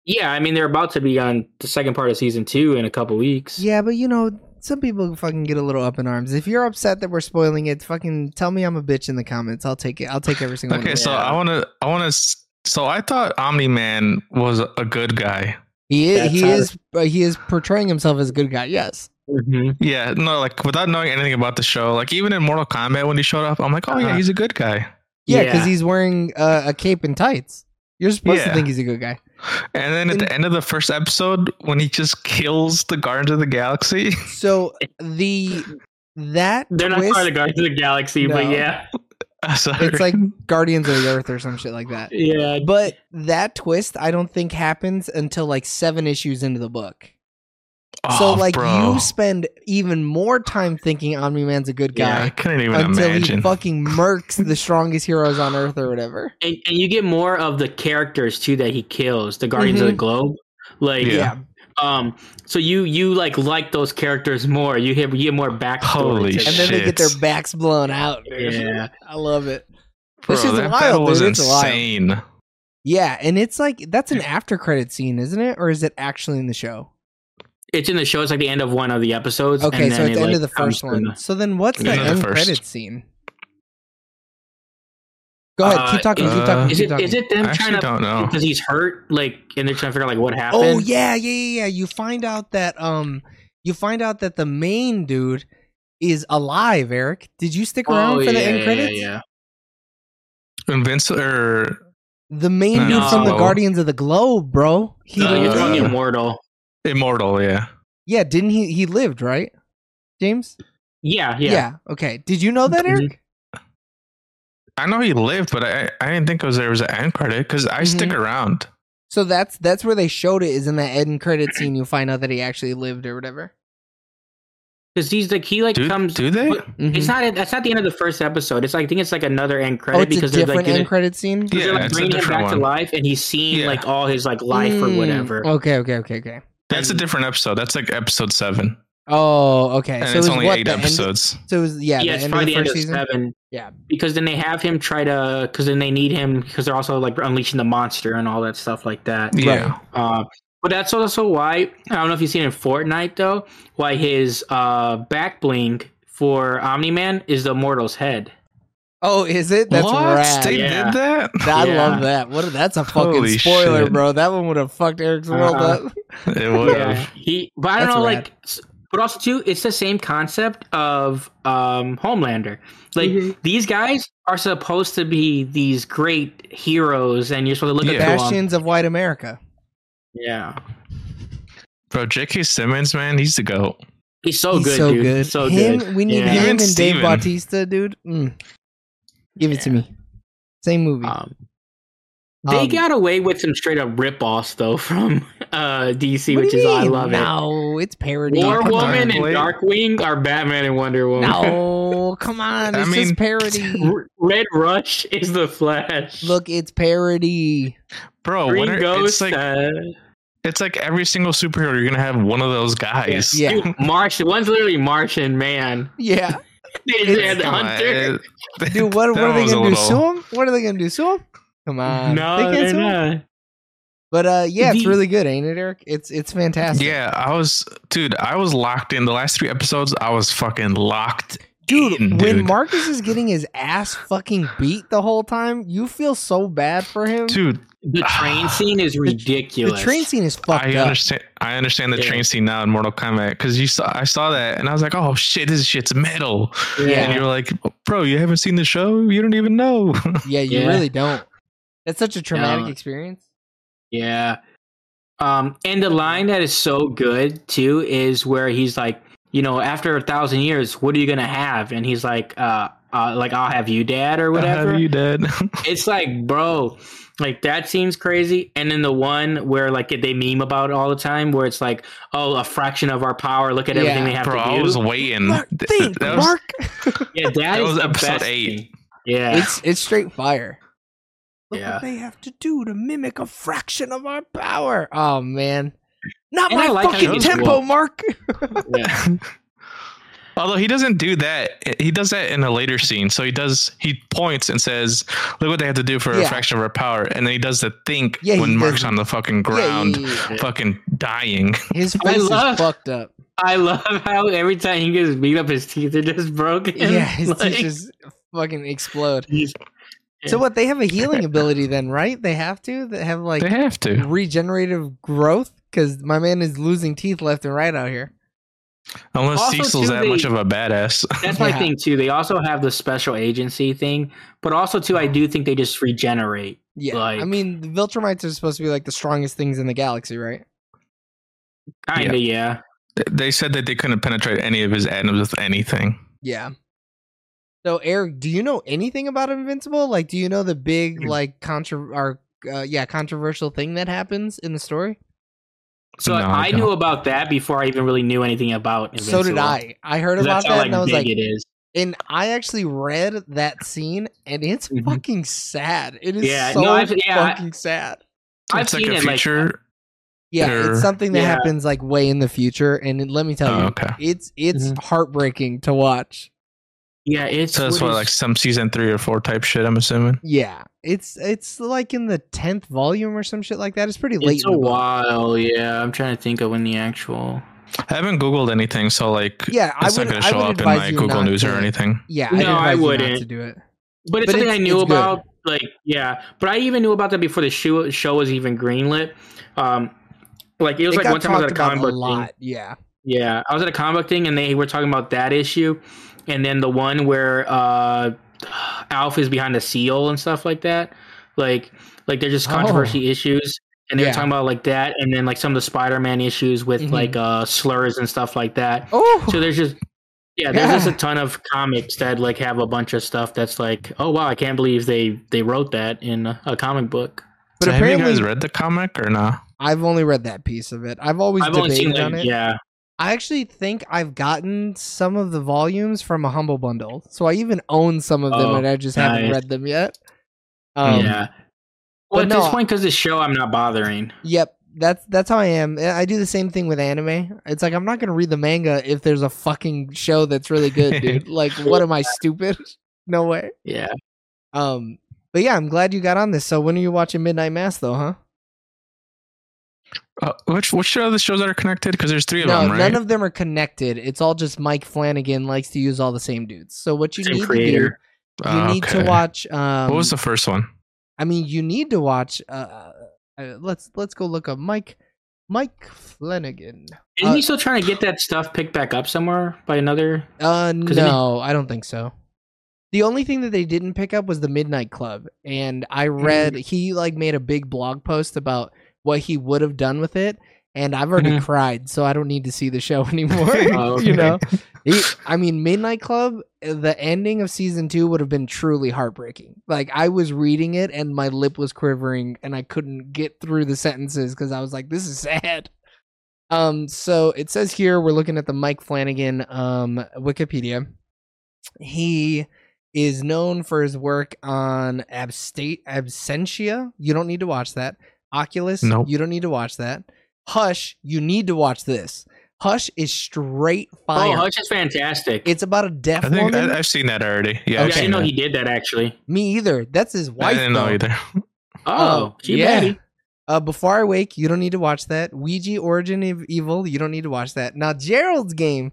yeah i mean they're about to be on the second part of season two in a couple weeks
Yeah, but you know, some people fucking get a little up in arms. If you're upset that we're spoiling it, fucking tell me I'm a bitch in the comments. I'll take it. I'll take every single
okay,
one.
so
Yeah.
I want to. I want to. So I thought Omni Man was a a good guy.
He is,
That's
he
how-
is uh, he is portraying himself as a good guy. Yes.
Mhm.
Yeah, no, like without knowing anything about the show, like even in Mortal Kombat when he showed up, I'm like, oh yeah,
Uh-huh.
he's a good guy.
Yeah, because
Yeah.
he's wearing uh, a cape and tights. You're supposed to
Yeah.
think he's a good guy.
And then at
And-
the end of the first episode, when he just kills the Guardians of the Galaxy,
So the that
they're not
twist,
part of the guardians of the galaxy but
No.
yeah
Sorry.
It's like Guardians of the Earth or some shit like that.
Yeah,
But that twist, I don't think happens until like seven issues into the book. so
Oh,
like
bro.
you spend even more time thinking Omni Man's a good
yeah,
guy
I couldn't even
until he
imagine.
fucking murks the strongest heroes on Earth or whatever.
and, and you get more of the characters too that he kills, the Guardians
Mm-hmm.
of the Globe. Like,
Yeah.
um, so you you like like those characters more. You have you get more backstory.
Holy
to
And
them.
then they get their
Shit.
backs blown out. dude.
Yeah,
I love it.
Bro,
this is
that
wild,
battle
dude.
was
It's wild.
insane.
Yeah, and it's like that's an after credit scene, isn't it? Or is it actually in the show?
it's in the show. It's like the end of one of the episodes.
Okay,
and
so
then
at the
it,
end
like,
of the
comes
first
to
one. So then what's the
Yeah. End of
end
the first.
credit scene? Go ahead, keep
Uh,
talking, keep
uh,
talking,
Is
keep
it
talking.
is it them
I actually
trying to
don't know.
because he's hurt? Like, and they're trying to figure out like what happened.
Oh yeah, yeah, yeah, yeah. You find out that um, you find out that the main dude is alive. Eric, did you stick around for the end credits?
Oh, Yeah,
Invincible or
The main
No.
dude from the
No.
Guardians of the Globe, bro. He
No, you're
Uh,
talking
lived.
immortal.
Immortal, yeah.
Yeah, didn't he? He lived, right? James.
Yeah, yeah.
Okay. Did you know that,
Mm-hmm.
Mhm.
Eric?
I know he lived, but I, I didn't think it was there was an end credit because I stick
Mhm.
around.
So that's that's where they showed it is in that end credit scene. You find out that he actually lived or whatever.
Because he's like he like
Do,
comes.
do they?
but
Mhm.
It's not. That's not the end of the first episode. It's like I think it's like another end credit
oh, it's
because
a
they're like
different
doing-
end credit scene.
because they're
Yeah,
like
it's a
bringing him
different
back to
one.
life, and he's seen
Yeah.
like all his like life
Mm,
or whatever.
Okay, okay, okay, okay.
That's a
And-
different episode. That's like episode seven,
Oh, okay. so
and it's
it was
only
what,
eight
the end-
episodes.
so it was yeah,
yeah,
the
it's
end of
probably
the
the end
first
of
season.
seven.
Yeah.
because then they have him try to because then they need him because they're also like unleashing the monster and all that stuff like that.
yeah,
Uh, but that's also why I don't know if you've seen in Fortnite though why his uh back bling for Omni Man is the Immortal's head.
Oh, is it? That's
what
rad.
they
Yeah.
did that?
I
Yeah.
love that. What? A, that's a fucking
Holy
spoiler,
shit.
bro. That one would have fucked Eric's world
Uh-huh.
up.
It was.
Yeah, he. But I don't
That's
know,
rad.
like, s- but also too, it's the same concept of um Homelander. Like
Mhm.
these guys are supposed to be these great heroes, and you're supposed to look
Yeah.
at them.
Bastions of White America.
Yeah,
Bro, J.K. Simmons, man, he's the goat.
he's so
He's
good,
so
dude.
good.
So
him,
good.
We need
Yeah.
him
Even
and Dave
Steven.
Bautista, dude. Mm. Give it to me. Same movie.
Um, they
Um,
got away with some straight up rip offs though from uh DC,
what
which
do
is
you
I
mean?
love it.
No, it's parody.
War
Come
Woman
on.
and Darkwing are Batman and Wonder Woman.
No, come on.
I
It's
mean-
just parody.
R- Red Rush is the Flash.
Look, it's parody.
Bro,
Green
what are,
Ghost.
Oh, it's like
uh,
it's like every single superhero you're gonna have one of those guys.
Yeah.
Dude, Martian. One's literally Martian Man.
Yeah.
They just
It's-
had the
Come on,
hunter.
it-
Dude, what, what
that
are they
was a
going to do?
little-
Sue him? What are they going to do? Sue him? Come
Uh,
on.
no,
They can't
they're
sue him?
not.
But uh, yeah, it's
The-
really good, ain't it, Eric? It's it's fantastic.
Yeah, I was, dude. I was locked in the last three episodes. I was fucking locked,
dude,
in,
When
dude.
Marcus is getting his ass fucking beat the whole time, you feel so bad for him.
dude.
The train scene is
the
ridiculous.
train scene is fucked
I
up.
understand. I understand the
Yeah.
train scene now in Mortal Kombat because you saw. I saw that and I was like, "Oh shit, this shit's metal." And
Yeah,
you were like, "Bro, you haven't seen the show. You don't even know."
yeah, you
Yeah.
really don't. That's such a traumatic
No.
experience.
Yeah. Um, and the line that is so good too is where he's like, you know, after a thousand years, what are you gonna have? And he's like, uh, uh like I'll have you, dad, or whatever.
Have you dead?
It's like, bro, like that seems crazy. And then the one where like they meme about it all the time, where it's like, oh, a fraction of our power. Look at everything
Yeah.
they have
Bro,
to do.
I was waiting.
Mark,
Th-
think,
that was-
Mark.
yeah, that
that
is
was
the
episode
best
eight.
thing.
Ah.
Yeah,
It's it's straight fire. Look
Yeah.
what they have to do to mimic a fraction of our power. Oh man, not
And
my
I like how
fucking
those
tempo,
work.
Mark.
yeah.
Although he doesn't do that, he does that in a later scene. So he does. He points and says, "Look what they had to do for
Yeah.
a fraction of our power," and then he does the think
Yeah, he
when Mark's
does.
on the fucking
Yeah, yeah,
ground,
yeah, yeah.
fucking dying.
His
I
face
love-
is fucked up.
I love how every time he gets beat up, his teeth are just broken.
Yeah, his
Like,
teeth just fucking explode.
he's-
So what? They have a healing ability then, right? They have to. They have like
they have to.
regenerative growth because my man is losing teeth left and right out here.
Unless
Also,
Cecil's
too,
that
they-
much of a badass.
That's my
Yeah.
thing too. They also have the special agency thing, but also too, I do think they just regenerate.
Yeah, I
Like-
mean, the Viltrumites are supposed to be like the strongest things in the galaxy, right?
Kinda, yeah.
They said that they couldn't penetrate any of his atoms with anything.
Yeah. So Eric, do you know anything about Invincible? Like, do you know the big like contro or uh, yeah controversial thing that happens in the story?
So
No, uh, I
I, knew about that before I even really knew anything about.
So did
Invincible.
I. I heard
'Cause
about
That's
that
how like
and I was
big
like,
it is.
and I actually read that scene and it's
Mhm.
fucking sad. It is
Yeah,
so
no, I've- yeah, I-
fucking sad.
I've
it's
seen
like a
it, like-
future.
Yeah, Uh-huh.
Sure.
it's something that
Yeah.
happens like way in the future, and it- let me
uh,
tell
oh,
you,
okay.
it's it's heartbreaking to watch.
Yeah, it's
So that's
what
what,
is-
like some season three or four type shit. I'm assuming.
Yeah, it's it's like in the tenth volume or some shit like that. It's pretty late.
it's
in
a
the book.
while. Yeah, I'm trying to think of when the actual.
I haven't googled anything, so like
Yeah, I
it's
would.
not gonna
I
show
would
up in
advise
my
you
Google
not
News
to-
or anything.
Yeah,
No, I
I'd advise you not to
wouldn't.
do it.
But it's
But
something
it's-
I knew
it's good.
about. Like, yeah, but I even knew about that before the show show was even greenlit. Um, like it was like one time I was at a
talked about
comic book thing.
Yeah,
Yeah, I was at a comic book thing, and they were talking about that issue, and then the one where uh, Alf is behind a seal and stuff like that. Like, like they're just controversy issues, and they're
Oh. Yeah.
talking about like that, and then like some of the Spider-Man issues with
Mhm.
like uh, slurs and stuff like that.
Oh,
So there's just yeah, there's just
Yeah.
a ton of comics that like have a bunch of stuff that's like, oh wow, I can't believe they they wrote that in a, a comic book.
but
So have you
apparently
guys read the comic or nah?
I've only read that piece of it. I've always
I've only
debated
seen
on
like
it.
yeah,
I actually think I've gotten some of the volumes from a humble bundle, so I even own some of them,
Oh,
and I just haven't
nice.
read them yet. Um,
yeah. Well,
but
at
no,
this point, because the show, I'm not bothering.
Yep, that's that's how I am. Eh, I I do the same thing with anime. It's like I'm not gonna read the manga if there's a fucking show that's really good, dude. like, what am I stupid? No way.
Yeah.
Um, but yeah, I'm glad you got on this. So when are you watching Midnight Mass though, huh?
Uh, which which are the shows that are connected? Because there's three of
No,
them, right?
none of them are connected. It's all just Mike Flanagan likes to use all the same dudes. So what you
Same
need
creator.
to do, you need to
Ah, Okay.
watch. Um,
what was the first one?
I mean, you need to watch. Uh, uh, uh, let's let's go look up Mike Mike Flanagan.
Isn't
Uh,
he still trying to get that stuff picked back up somewhere by another?
Uh,
it may-
no, I don't think so. The only thing that they didn't pick up was the Midnight Club, and I read he like made a big blog post about what he would have done with it, and I've already
Mhm.
cried, so I don't need to see the show anymore.
Oh, okay.
You know, He- I mean, Midnight Club, uh, the ending of season two would have been truly heartbreaking. Like I was reading it, and my lip was quivering, and I couldn't get through the sentences because I was like, "This is sad." Um, so it says here we're looking at the Mike Flanagan um Wikipedia. He is known for his work on Abstate Absentia. You don't need to watch that. Oculus,
Nope.
you don't need to watch that. Hush, you need to watch this. Hush is straight fire.
Oh, Hutch is fantastic.
It's about a deaf
I think
woman.
I, I've seen that already. Yeah,
yeah,
I've
I
seen
didn't know
that.
he did that actually.
Me either. That's his
I
wife.
didn't know
though.
either.
Oh, gee,
yeah.
Betty.
Uh, Before I Wake, you don't need to watch that. Ouija Origin of Evil, you don't need to watch that. Now, Gerald's Game,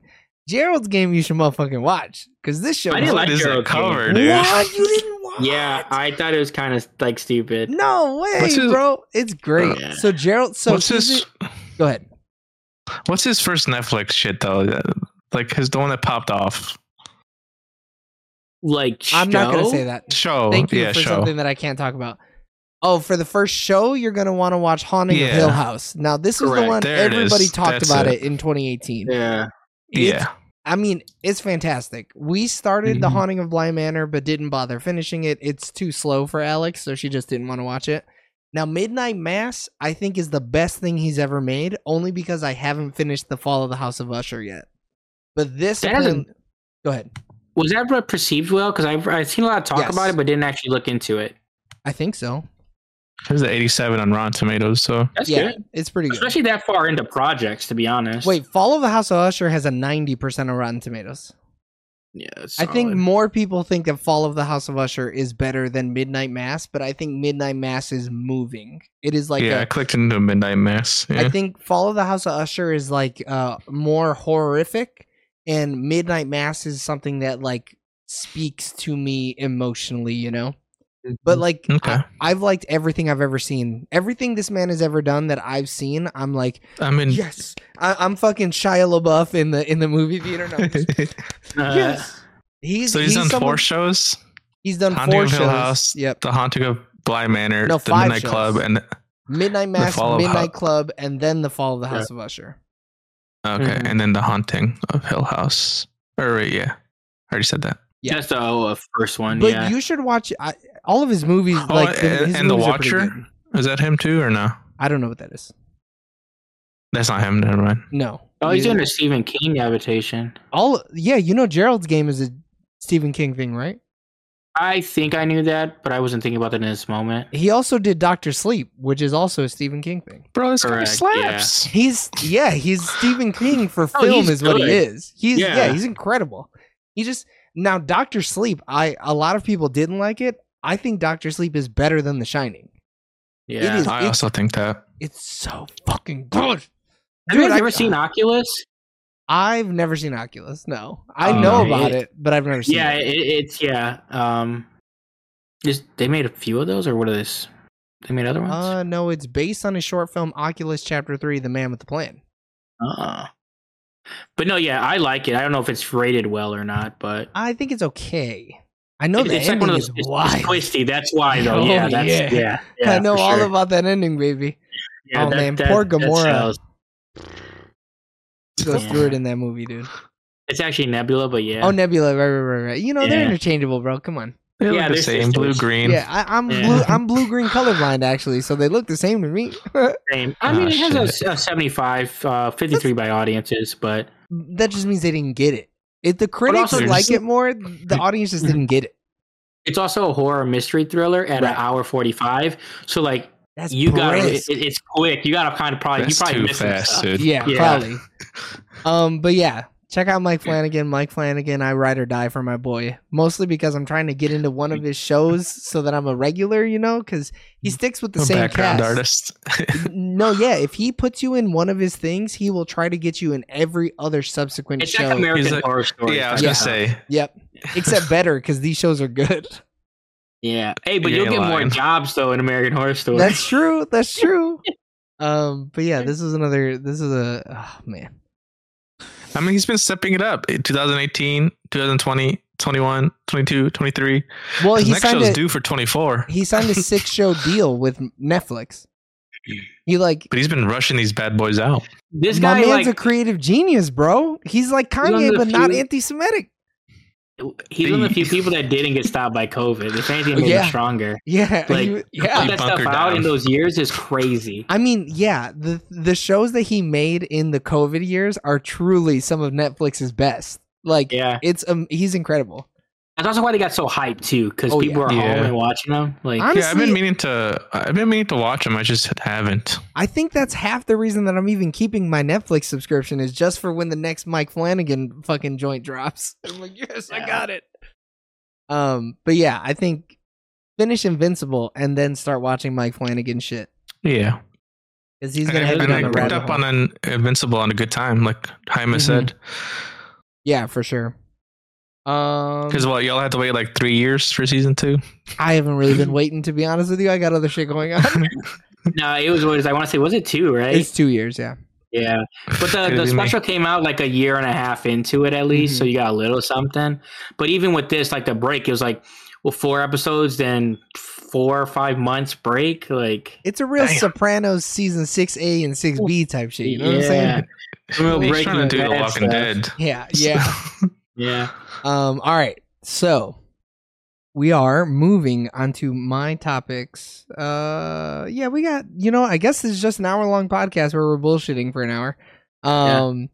Gerald's Game, you should motherfucking watch. Because this show.
I didn't
What
like
is that
Gerald Game.
cover, dude?
What? You didn't watch
Yeah, I thought it was kind of like stupid.
No way,
What's his- Uh,
bro. It's great.
Yeah.
So, Gerald. So,
what's
he's
his
a- Go ahead.
What's his first Netflix shit though? That- Like his the one that popped off
Like,
I'm not going to
show?
say that.
show. Oh,
Thank you
yeah,
for
show.
something that I can't talk about. Oh, for the first show, you're going to want to watch Haunting of
Yeah.
Hill House. Now, this is the
Correct.
one
There it
everybody
is.
talked
That's
about it
it.
in 2018.
Yeah.
yeah,
I mean, it's fantastic. We started The
Mhm.
Haunting of Bly Manor, but didn't bother finishing it. It's too slow for Alex, so she just didn't want to watch it. Now, Midnight Mass, I think, is the best thing he's ever made, only because I haven't finished The Fall of the House of Usher yet. But this.
That hasn't-
apparent- Go ahead.
Was that what perceived well? Because I've, I've seen a lot of talk
Yes.
about it, but didn't actually look into it.
I think so.
there's the 87 on Rotten Tomatoes. So
That's
yeah,
good.
it's pretty good.
Especially that far into projects, to be honest.
Wait, Fall of the House of Usher has a 90% on Rotten Tomatoes.
Yeah, it's
I think
solid.
more people think that Fall of the House of Usher is better than Midnight Mass, but I think Midnight Mass is moving. It is like
yeah,
a
I clicked into Midnight Mass. Yeah.
I think Fall of the House of Usher is like uh more horrific and Midnight Mass is something that like speaks to me emotionally, you know? But like
Mm-hmm. Okay.
I, have liked everything I've ever seen. Everything this man has ever done that I've seen, I'm like,
I mean,
yes. I, I'm fucking Shia LaBeouf in the in the movie theater. No, I'm just-
Uh,
yes. He's,
so he's, done
someone-
four shows:
He's done
Haunting
four
of Hill
shows.
House.
Yep.
The Haunting of Bly Manor,
No,
the
five
Midnight
shows.
Club, and
Midnight Mass,
Fall of
Midnight
Hou-
Club, and then the Fall of the House of Usher.
okay,
Mhm.
Mm-hmm.
and then the Haunting of Hill House. Or wait, yeah, I already said that.
Yeah.
That's the oh, uh, first one.
But
yeah.
you should watch I, all of his movies.
Oh,
like
and,
his
and the
movies are pretty
Watcher
good.
is that him too or no?
I don't know what that is.
That's not him. Never mind.
No.
oh, he's
You-
doing a Stephen King adaptation.
all. Yeah, you know Gerald's game is a Stephen King thing, right?
I think I knew that, but I wasn't thinking about that in this moment.
He also did Doctor Sleep, which is also a Stephen King thing.
Bro, this guy
Correct,
slaps.
He's yeah, he's Stephen King for
No,
film
Oh, he's
is what
good.
he is. He's yeah.
Yeah.
he's incredible. He just now Doctor Sleep. I a lot of people didn't like it. I think Doctor Sleep is better than The Shining.
Yeah.
is-
I also think that.
It's so fucking good.
Have you
Dude,
guys
I-
ever seen Oculus?
I've never seen Oculus. No, I
Oh,
know
no.
about it, but I've never seen.
Yeah,
it.
it, it's yeah. Um, is they made a few of those, or what are this? They made other ones.
Uh, no, it's based on a short film, Oculus Chapter Three: The Man with the Plan.
Uh. But no, yeah, I like it. I don't know if it's rated well or not, but
I think it's okay. I know
It-
the ending is
it's- it's
wild.
twisty. That's why though.
Oh,
yeah, that's, yeah,
yeah.
yeah,
I know
for
all
sure.
about that ending, baby.
Yeah,
oh, man, poor Gamora.
sounds-
She goes
Yeah.
through it in that movie, dude.
It's actually Nebula, but yeah.
Oh, Nebula, right, right, right, right. You know they're
Yeah.
interchangeable, bro. Come on.
They
Yeah,
look the
they're
same. Blue
sisters.
green.
Yeah, I, I'm
Yeah.
blue. I'm blue green colorblind actually, so they look the same to me.
Same. I
oh,
Ah,
mean, it has a, a 75, uh, 53 by audiences, but
that just means they didn't get it. If the critics
also-
like it more, the audience just didn't get it.
it's also a horror mystery thriller at an
Right.
hour 45. So, like,
That's
you got to it,
brisk.
it's quick. You got to kind of probably,
That's
you probably
too
miss some
fast,
stuff.
dude.
yeah,
Yeah.
probably. Um, but yeah, check out Mike Flanagan. Mike Flanagan, I ride or die for my boy. Mostly because I'm trying to get into one of his shows so that I'm a regular, you know, because
Mm-hmm.
he sticks with the
A
same
background
cast.
artist.
No, yeah, if he puts you in one of his things, he will try to get you in every other subsequent
It's
show.
like American
He's like-
Horror Story.
yeah, I was
type
gonna
stuff.
say.
Yep. Except better because these shows are good.
Yeah. Hey, but
You
you'll
ain't
get more
lying.
jobs, though, in American Horror Story.
That's true. That's true. Um, but yeah, this is another. This is a oh, man.
I mean, he's been stepping it up. Eh, 2018, 2020, 21, 22, 23.
Well,
His
he
next
signed
show's
a
due for 24.
he signed a six show deal with Netflix. He like
But he's been rushing these bad boys out.
this
my
guy, like,
man's a creative genius, bro. He's like
one of
Kanye,
the
but not
few-
anti-Semitic.
he's one of the few people that didn't get stopped by COVID. If anything, it made
Yeah.
him stronger.
Yeah,
Like,
you-
Put
yeah.
that stuff
Bunker
out
down.
in those years is crazy.
I mean, yeah. the The shows that he made in the COVID years are truly some of Netflix's best. Like,
Yeah.
it's um, he's incredible.
That's also why they got so hyped, too, because
Oh,
people
yeah.
are home
Yeah.
and watching them. Like,
I'm-
yeah, I've been
Honestly-
meaning to. I've been meaning to watch him. I just haven't.
I think that's half the reason that I'm even keeping my Netflix subscription is just for when the next Mike Flanagan fucking joint drops. I'm like, yes, I
Yeah.
got it. Um, but yeah, I think finish Invincible and then start watching Mike Flanagan shit
Yeah,
because he's
and,
gonna
I-
have you
and
down
I
a
picked
rabbit
up
hole.
on an Invincible on a good time, like Jaime
Mhm.
said. Mm-hmm.
Yeah, for sure. Um,
Because well, y'all had to wait like three years for season two.
I haven't really been waiting to be honest with you. I got other shit going on.
no, it was what it is. I want to say, was it two, right?
it's two years, yeah.
Yeah, but the,
Could
the
be me.
special came out like a year and a half into it at least,
Mm-hmm.
so you got a little something. But even with this, like the break, it was like well, four episodes, then four or five months break. Like
It's a real
Damn.
Sopranos season six A and six B type shit. You know what I'm
yeah,
saying?
Real
He's
breaking
trying to do The
bad
Walking
stuff.
Dead.
Yeah, yeah.
yeah.
Um, all right. So we are moving on to my topics. Uh yeah, we got you know, I guess this is just an hour long podcast where we're bullshitting for an hour. Um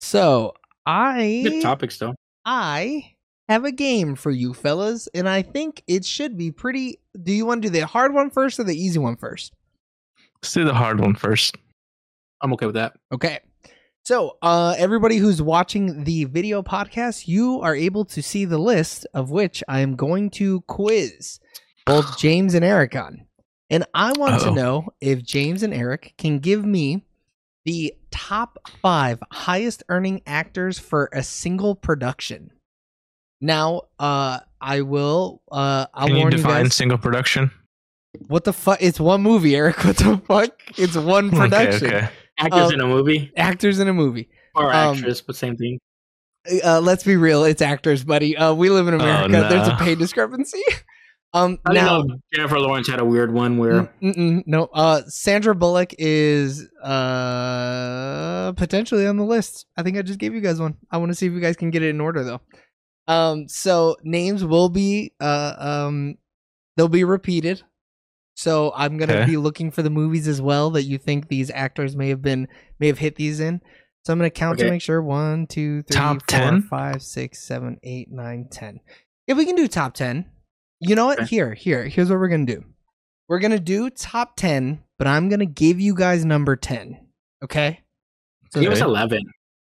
so
Good
I
topics though.
I have a game for you fellas, and I think it should be pretty do you want to do the hard one first or the easy one first?
Let's do the hard one first.
I'm okay with that.
Okay. So, uh, everybody who's watching the video podcast, you are able to see the list of which I am going to quiz both James and Eric on. And I want to
Uh-oh.
know if James and Eric can give me the top five highest earning actors for a single production. Now, uh, I will. Uh, I'll
Can you
warn
define
you guys.
single production?
What the fuck? It's one movie, Eric. What the fuck? It's one production.
Okay, okay.
Actors
Um,
in a movie
Actors in a movie.
or
um,
actress, but same thing.
uh, let's be real, it's actors, buddy. Uh, we live in America. There's a
nah.
pay discrepancy. um,
Oh, I didn't
now,
know Jennifer Lawrence had a weird one where
Mm, mm-mm, no, uh, Sandra Bullock is uh potentially on the list. I think I just gave you guys one. I want to see if you guys can get it in order though. Um, so names will be uh um they'll be repeated. So I'm gonna
Okay.
be looking for the movies as well that you think these actors may have been may have hit these in. So I'm gonna count to
Okay.
make sure one, two, three,
Top
four,
10?
five, six, seven, eight, nine, ten. If we can do top ten, you know what?
Okay.
Here, here, here's what we're gonna do. We're gonna do top ten, but I'm gonna give you guys number ten. Okay? So
It was
Okay.
eleven.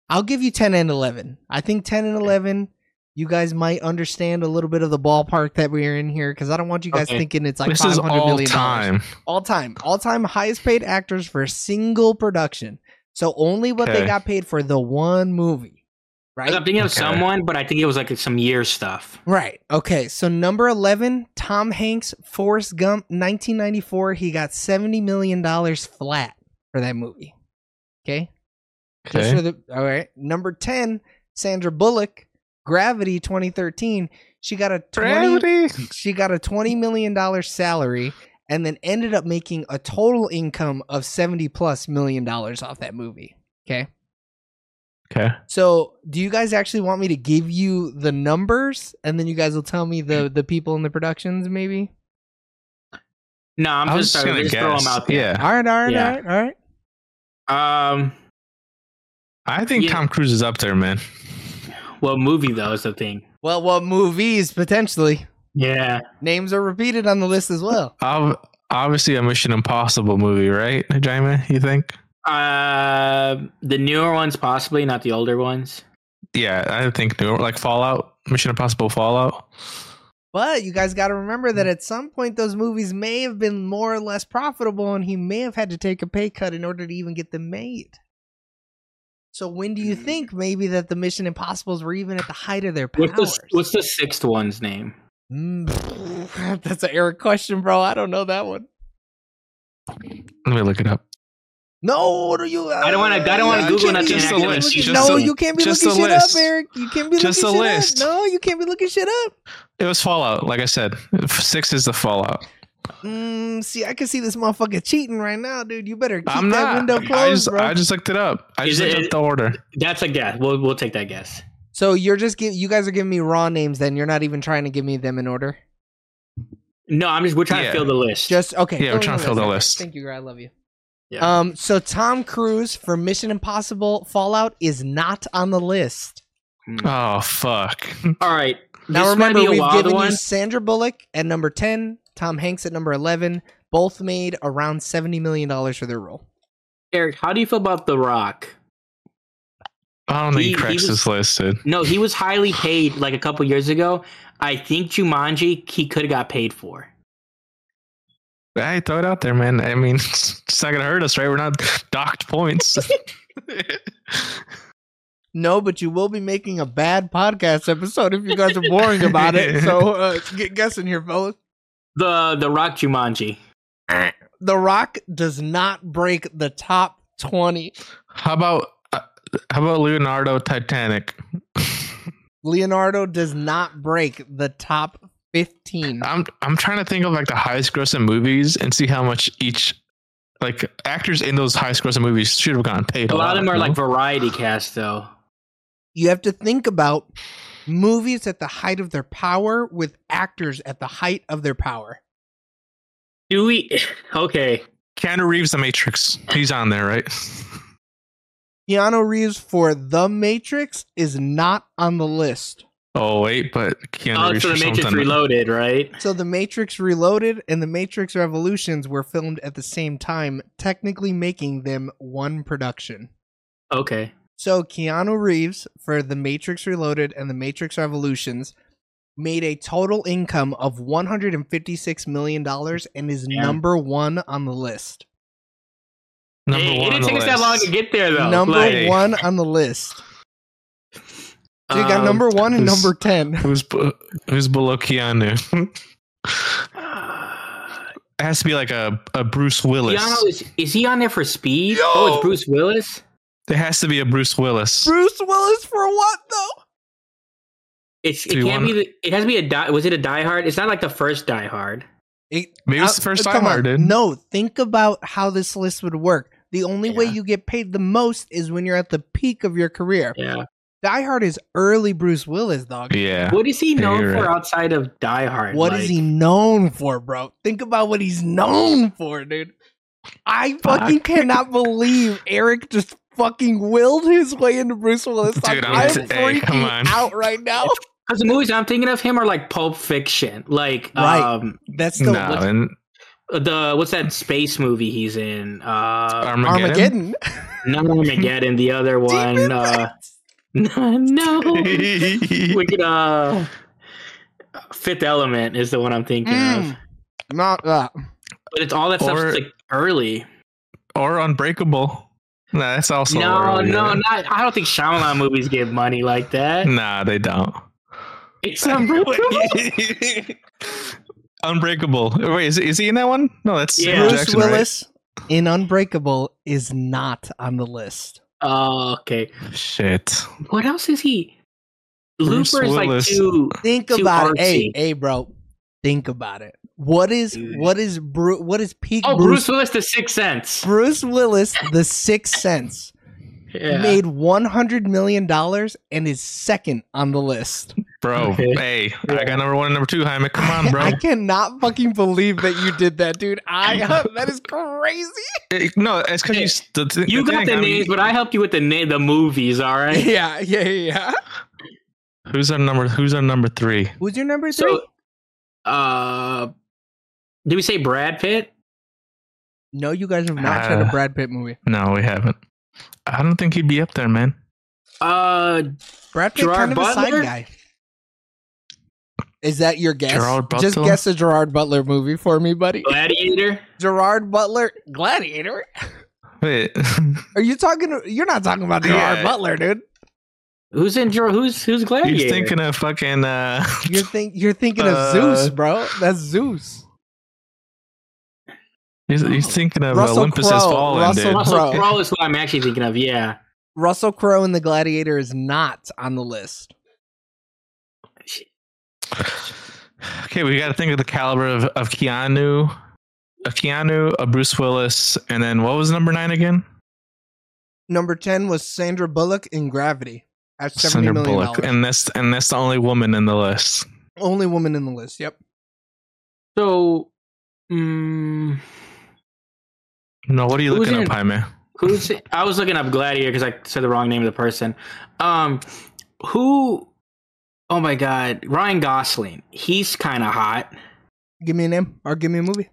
I'll give you 10 and 11. I think 10 and 11, you guys might understand a little bit of the ballpark that we are in here because I don't want you guys
Okay.
thinking it's like
this is
500 million
all
dollars.
time.
All time. All time highest paid actors for a single production. So only what they
Okay.
got paid for the one movie.
I was
Right?
thinking of
Okay.
someone, but I think it was like some year stuff.
Right. Okay. So number 11, Tom Hanks, Forrest Gump, 1994. He got $70 million flat for that movie. Okay. Just
Okay.
for the- all right. Number 10, Sandra Bullock, Gravity 2013. She got a 20,
Gravity.
she got a 20 million dollar salary and then ended up making a total income of 70 plus million dollars off that movie. Okay.
Okay.
So, do you guys actually want me to give you the numbers and then you guys will tell me the the people in the productions maybe?
No, I'm
I was
just,
just
sorry.
gonna
Just throw
guess.
them out there.
yeah,
All right, all right,
Yeah.
all right, all right.
Um,
I think
Yeah.
Tom Cruise is up there, man.
what movie though is the thing?
Well, what movies potentially?
Yeah,
Names are repeated on the list as well.
Ob- obviously, a Mission Impossible movie, right, Jaime? You think?
uh, the newer ones possibly, not the older ones.
Yeah, I think newer, like Fallout, Mission Impossible Fallout.
But you guys got to remember that at some point, those movies may have been more or less profitable, and he may have had to take a pay cut in order to even get them made. So when do you think maybe that the Mission Impossibles were even at the height of their powers? Hmm.
What's the What's the sixth one's name?
Mm, that's an Eric question, bro. I don't know that one.
Let me look it up.
No, what are you? uh,
I don't wanna- I don't wanna
you
Google
can't be-
nothing
you
and
can't be
accidentally-
looking-
Just
No,
a-
you can't be
just
looking
a
shit
list.
up, Eric. You can't be
Just
looking
a
shit
list.
up. No, you can't be looking shit up.
It was Fallout. Like I said, six is the Fallout.
Mm, see, I can see this motherfucker cheating right now, dude. You better keep
I'm
that
not.
window closed,
I just,
bro.
I just looked it up. I
Is
just looked
it-
up the order.
That's a guess. We'll we'll take that guess.
So you're just give you guys are giving me raw names then you're not even trying to give me them in order.
No, I'm just. We're trying
Yeah.
to fill the list.
Just okay.
Yeah, we're trying to fill the
Okay,
list.
Thank you, Greg. I love you.
Yeah.
Um so Tom Cruise for Mission Impossible Fallout is not on the list.
Oh fuck!
All right.
Now
this might
remember
be a
we've
wild
given
one.
you Sandra Bullock at number 10, Tom Hanks at number 11, both made around 70 million dollars for their role.
Eric, how do you feel about The Rock?
I don't think
He- he
Craig's
was-
is listed.
No, he was highly paid like a couple years ago. I think Jumanji he could have got paid for.
Hey, throw it out there, man. I mean, it's not gonna hurt us, right? We're not docked points.
No, but you will be making a bad podcast episode if you guys are boring about it. So uh, get guessing here, fellas.
The The Rock Jumanji.
The Rock does not break the top 20.
how about uh, how about Leonardo Titanic?
Leonardo does not break the top 15.
I'm I'm trying to think of like the highest grossing movies and see how much each like actors in those highest grossing movies should have gotten paid.
A lot of them are
no?
like variety cast though.
You have to think about movies at the height of their power with actors at the height of their power.
Do we? Okay.
Keanu Reeves, The Matrix. He's on there, right?
Keanu Reeves for The Matrix is not on the list.
Oh wait, but Keanu
Oh,
Reeves
so
or
the Matrix
something.
Reloaded, right?
So The Matrix Reloaded and The Matrix Revolutions were filmed at the same time, technically making them one production.
Okay.
So Keanu Reeves for The Matrix Reloaded and The Matrix Revolutions made a total income of 156 million dollars and is
Damn.
number 1 on the list.
Number
Hey,
one.
it
on
didn't
the
take us that
list.
long to get there though.
number
Like,
1 on the list. So you got
um,
number 1 and
who's-
number 10.
Who's b- who's below Keanu? it has to be like a, a Bruce Willis.
Keanu is, is he on there for speed? Oh, it's Bruce Willis.
There has to be a Bruce Willis.
Bruce Willis for what though?
It's
Do
it
you
can't be.
wanna-
The, it has to be a die. Was it a Die Hard? It's not like the first Die Hard.
It-
Maybe it's
uh,
the first
come
time
on.
I did.
No, think about how this list would work. The only way
Yeah.
you get paid the most is when you're at the peak of your career.
Yeah.
Die Hard is early Bruce Willis, dog.
Yeah.
What is he
Yeah,
known
you're
for
right.
outside of Die Hard?
What is
Like,
he known for, bro? Think about what he's known for, dude. I fucking cannot believe Eric just fucking willed his way into Bruce Willis.
Dude,
Like,
I'm
I'm,
just- hey,
freaking
come on.
out right now.
Because the movies I'm thinking of him are like Pulp Fiction, like
Right.
um
That's the
No, and
the what's that space movie he's in? Uh,
Armageddon.
Armageddon.
not Armageddon, the other one.
Demon
Uh, no, we could uh, Fifth Element is the one I'm thinking of,
Mm. Not that.
but it's all that
Or-
stuff's like early.
or Unbreakable. Nah, that's also
no,
early,
no,
right?
not. I don't think Shyamalan movies give money like that.
Nah, they don't.
It's unbelievable.
Unbreakable. Wait, is, is he in that one? No, that's
Yeah.
Samuel
Bruce
Jackson, right?
Willis in Unbreakable is not on the list.
Oh, okay.
Shit.
What else is he?
Bruce
Looper is like
Willis.
too.
Think
Too
about it.
artsy.
Hey, hey, bro. Think about it. What is
Dude.
what is Bru- what is peak
Oh, Bruce
Bruce
Willis, The Sixth Sense.
Bruce Willis, The Sixth Sense,
Yeah.
made one hundred million dollars and is second on the list.
Bro,
Okay.
hey, I got number one and number two, Jaime. Come on, bro.
I cannot fucking believe that you did that, dude. I uh, that is crazy.
Eh, no, it's because you. s- The, thi-
You
the
got
thing,
the
I mean,
names, but I helped you with the na- the movies. All right.
Yeah, yeah, yeah.
Who's our number? Who's our number three?
Who's your number three?
So, uh, did we say Brad Pitt?
no, you guys have not tried a
Uh,
Brad Pitt movie.
No, we haven't. I don't think he'd be up there, man.
Uh,
Brad Pitt
Gerard
kind of a
Butler?
side guy. Is that your guess?
Gerard
Just
Butler?
guess a Gerard Butler movie for me, buddy.
Gladiator.
Gerard Butler, Gladiator.
Wait,
Are you talking? You're not talking about Gerard
Yeah.
Butler, dude.
Who's in? Dr- Who's who's Gladiator?
he's thinking of fucking. Uh,
You're think you're thinking of
Uh,
Zeus, bro. That's Zeus.
he's, he's thinking of
Russell
Olympus Has
Crowe,
Fallen,
Russell
dude.
Russell
Crowe.
Crowe is what I'm actually thinking of. Yeah.
Russell Crowe in The Gladiator is not on the list.
Okay, we got to think of the caliber of, of Keanu, a Keanu, a Bruce Willis, and then what was number nine again?
Number ten was Sandra Bullock in Gravity at seventy
Sandra
million
Bullock,
dollars.
and that's and that's the only woman in the list.
Only woman in the list. Yep.
So, mm,
No, what are you
Who's
looking
in-
up, Jaime?
who's? I was looking up Gladiator because I said the wrong name of the person. Um, who? Oh my God, Ryan Gosling. He's kind of hot.
Give me a name or give me a movie.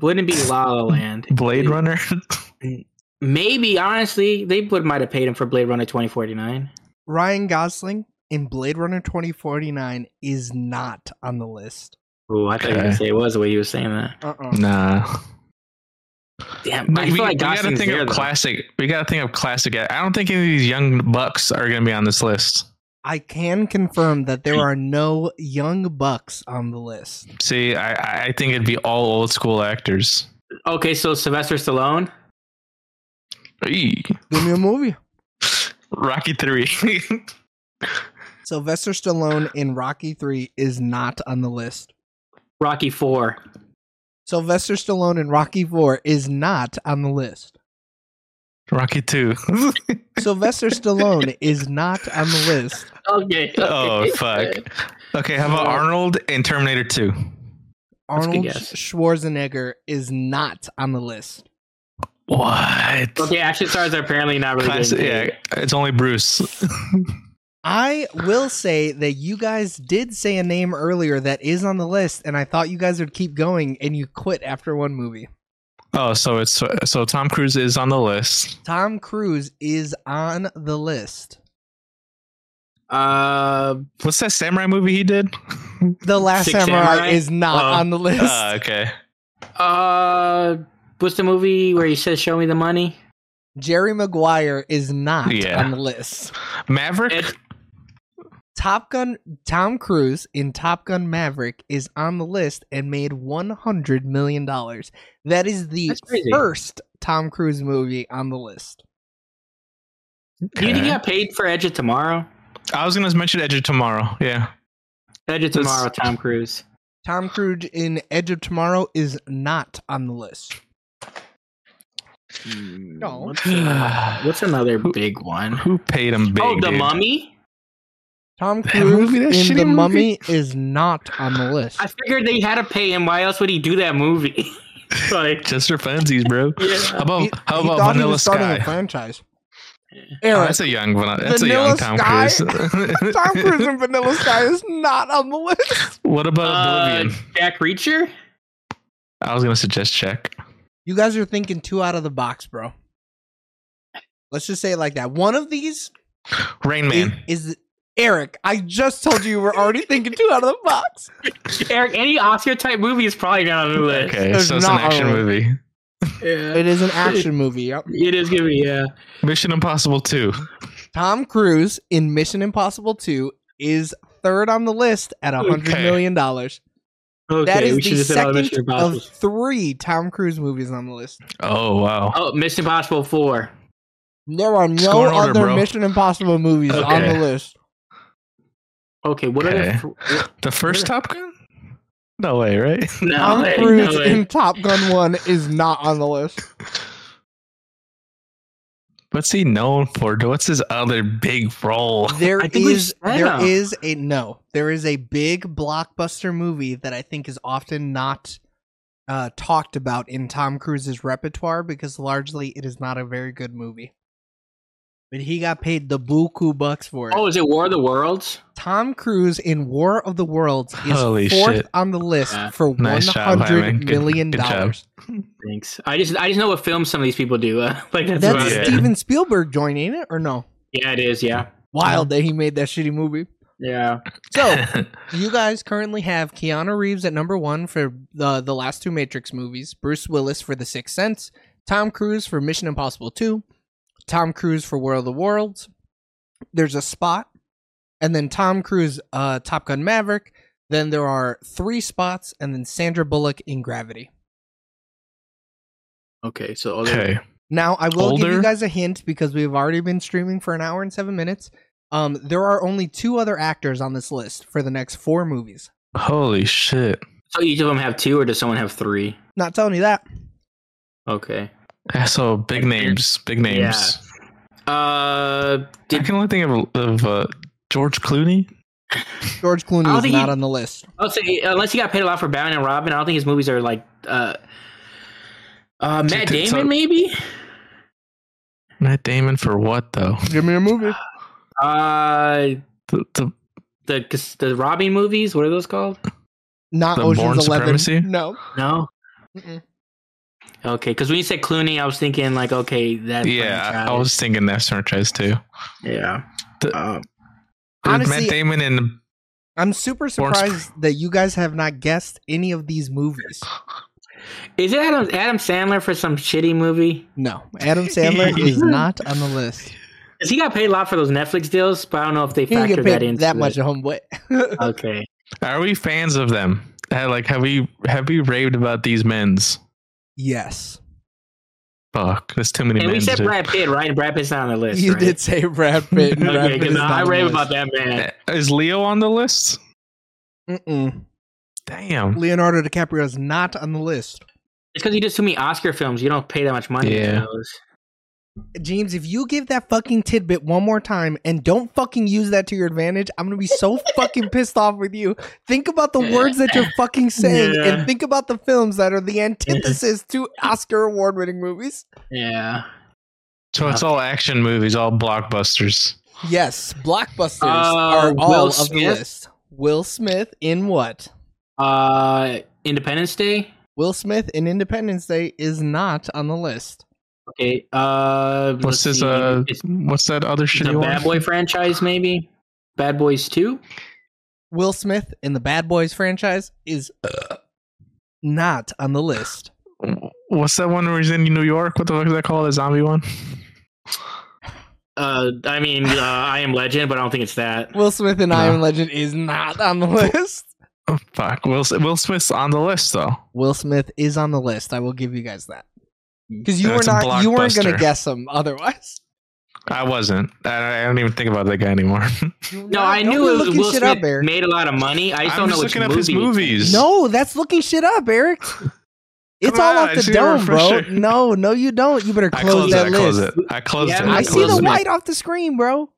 Wouldn't it be La La Land.
Blade Runner.
Maybe honestly, they would might have paid him for Blade Runner 2049.
Ryan Gosling in Blade Runner twenty forty nine is not on the list.
Oh, I thought you were gonna
Okay.
say it was the way you were saying that.
Uh uh
nah.
Damn,
But
I
we,
feel like
we gotta
Gosling's
think
there,
of
though.
classic. We gotta think of classic. I don't think any of these young bucks are gonna be on this list.
I can confirm that there are no young bucks on the list.
See, I- I, I think it'd be all old school actors.
Okay, so Sylvester Stallone.
Eee.
Give me a movie.
Rocky three.
Sylvester Stallone in Rocky 3 is not on the list.
Rocky Four.
Sylvester Stallone in Rocky 4 is not on the list.
Rocky two.
Sylvester Stallone is not on the list.
Okay.
oh fuck. Okay, how about Arnold and Terminator two?
That's a good
Arnold
guess.
Schwarzenegger is not on the list.
What?
Okay, action stars are apparently not really.
Class-
getting
yeah,
paid.
it's only Bruce.
I will say that you guys did say a name earlier that is on the list, and I thought you guys would keep going, and you quit after one movie.
oh, so it's so Tom Cruise is on the list.
Tom Cruise is on the list.
Uh,
What's that samurai movie he did?
The Last
Six
Samurai,
Samurai?
is not
Oh.
on the list.
Ah, okay.
uh, what's the movie where he says "Show me the money"?
Jerry Maguire is not
Yeah.
on the list.
Maverick.
Ed-
Top Gun Tom Cruise in Top Gun Maverick is on the list and made 100 million dollars. That is the
That's crazy.
first Tom Cruise movie on the list.
Do you think
Okay.
he got paid for Edge of Tomorrow?
I was gonna mention Edge of Tomorrow. Yeah.
Edge of
That's-
Tomorrow, Tom Cruise.
Tom Cruise in Edge of Tomorrow is not on the list. No.
What's, another- what's another big one?
Who paid him big?
oh, the
dude?
mummy.
Tom
That
Cruise
movie, that
in
shitty
The
movie.
Mummy is not on the list.
I figured they had to pay him. Why else would he do that movie? like,
Just for funsies, bro. How
yeah.
about
He-
Oh, how
he
about
thought he
Vanilla
was starting a
Sky?
franchise.
Oh,
Aaron,
that's a young Vanilla. That's
Vanilla
a young Tom
Sky?
Cruise.
Tom Cruise and Vanilla Sky is not on the list.
what about
Uh,
Oblivion?
Jack Reacher.
I was gonna suggest check.
You guys are thinking too out of the box, bro. Let's just say it like that. One of these
Rain
is,
Man.
is Eric. I just told you you were already thinking too out of the box.
Eric, any Oscar type movie is probably not on the list.
Okay,
There's
so it's an
not
action
a-
movie.
Yeah.
It is an action movie. Yep.
It is gonna be yeah.
Mission Impossible Two.
Tom Cruise in Mission Impossible 2 is third on the list at a hundred
Okay.
million dollars.
Okay,
That is
we should
the
just have
second
Mission Impossible.
of three Tom Cruise movies on the list.
Oh wow.
oh, Mission Impossible Four.
There are
Let's
no
go in order,
other
bro.
Mission Impossible movies on
Okay.
the list.
Okay, what are the
Okay.
fr- what-
The first Top Gun? No way, right?
no,
Tom
way, no
Cruise
way.
in Top Gun 1 is not on the list.
What's he known for? What's his other big role?
There
I think we've
is
said
there
that.
is a no. There is a big blockbuster movie that I think is often not uh, talked about in Tom Cruise's repertoire because largely it is not a very good movie. But he got paid the buku bucks for it.
Oh, is it War of the Worlds?
Tom Cruise in War of the Worlds is
Holy
fourth
shit.
on the list
Yeah.
for one
Nice job, Hyman.
hundred
Good-
million
good job.
dollars.
Thanks. I just I just know what films some of these people do. Uh, like that's,
That's
about
Yeah.
it.
Steven Spielberg joining it or no?
Yeah, it is. Yeah,
Mm-hmm.
Wild that he made that shitty movie.
yeah.
So You guys currently have Keanu Reeves at number one for uh, the the last two Matrix movies, Bruce Willis for The Sixth Sense, Tom Cruise for Mission Impossible Two, Tom Cruise for War of the Worlds. There's a spot, and then Tom Cruise, uh, Top Gun Maverick. Then there are three spots, and then Sandra Bullock in Gravity.
Okay, so other-
okay.
Now I will give you
Older?
guys a hint because we've already been streaming for an hour and seven minutes. Um, there are only two other actors on this list for the next four movies.
Holy shit.
so each of them have two, or does someone have three?
Not telling you that.
Okay.
So big names. Big names.
Uh,
I can only think of, of uh, George Clooney.
George
I
Clooney
don't
is
think
not
he-
on the list.
I'll say unless he got paid a lot for Batman and Robin, I don't think his movies are like uh, uh Matt
So you think-
Damon
so-
maybe.
Matt Damon for what though?
Give me a movie.
Uh,
The, the
the 'cause the Robin movies. What are those called?
Not
The Bourne
Ocean's Eleven.
Supremacy?
No.
No.
Mm-mm.
Okay, because when you said Clooney, I was thinking like, okay, that.
yeah, I, I
franchise.
was thinking that franchise too.
Yeah.
The-
Um,
Honestly-
Matt Damon and
I'm super
Suprem-
surprised that you guys have not guessed any of these movies.
is it Adam Adam Sandler for some shitty movie?
No, Adam Sandler is not on the list.
'Cause he got paid a lot for those Netflix deals, but I don't know if they
He didn't
factor
get
that
paid
into
that
it.
much at homeboy.
Okay.
are we fans of them? Uh, Like have we have we raved about these men's?
yes,
Fuck, there's too many
And we
men's.
said
dude.
Brad Pitt, right? Brad Pitt's not on the list.
you
right?
did say Brad Pitt. and Brad
Okay,
Pitt is
because
not
I
on the
rave
list.
about that man.
Is Leo on the list?
Mm-mm.
Damn.
Leonardo DiCaprio is not on the list.
It's because you did too many Oscar films. You don't pay that much money.
Yeah.
To those.
James, if you give that fucking tidbit one more time and don't fucking use that to your advantage, I'm gonna be so fucking pissed off with you. Think about the words that you're fucking saying
Yeah.
and think about the films that are the antithesis to Oscar award winning movies.
Yeah.
So
Uh,
it's all action movies, all blockbusters.
Yes, blockbusters
Uh,
are
Will
all of the
Smith?
list. Will Smith in what?
Uh, Independence Day.
Will Smith in Independence Day is not on the list.
Okay. Uh, let's
What's his
see.
uh?
It's
What's that other
the
shitty
Bad
one?
Boy franchise, maybe. Bad Boys Two.
Will Smith in the Bad Boys franchise is uh, not on the list.
What's that one where he's in New York? What the fuck is that called? The zombie one?
Uh, I mean, uh, I Am Legend, but I don't think it's that.
Will Smith in
No.
I Am Legend is not on the list.
Oh, fuck. Will Will Smith's on the list though.
Will Smith is on the list. I will give you guys that because you were
That's a
not you weren't going to
blockbuster.
guess him otherwise.
I wasn't. I, I don't even think about that guy anymore.
No, I
Don't
knew
be
it was
looking
Will
shit
Smith
up, Eric.
made a lot of money. I just
I'm
don't know which
just looking
movie.
up his movies.
No, that's looking shit up, Eric. It's
Come
all
on,
off
I
the
see a
dome, bro.
refresher.
No, no, you don't. You better
I
close
closed it.
that
I
list.
closed it. I closed
Yeah,
it.
I
I
see the
closed it.
white off the screen, bro.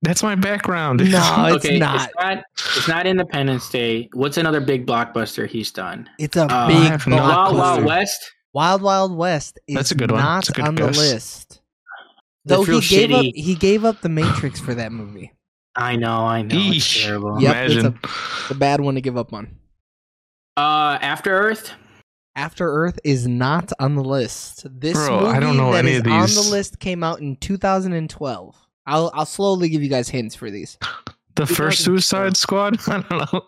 That's my background. dude.
No, it's not.
It's not, it's not Independence Day. What's another big blockbuster he's done?
It's a
Uh,
big
have
blockbuster.
no
Wild Wild
clue.
West.
Wild Wild West is
That's a good one.
not
That's a good
on
guess.
the list.
That's
Though he
real
gave up,
shitty.
he gave up the Matrix for that movie.
I know, I know. It's
Eesh.
terrible.
Yep, it's
Imagine.
The bad one to give up on.
Uh, After Earth.
After Earth is not on the list. This
Bro,
movie
I don't know
that
any
is
of
on
these.
the list came out in 2012. I'll I'll slowly give you guys hints for these.
the
Because-
first Suicide Squad. I don't know.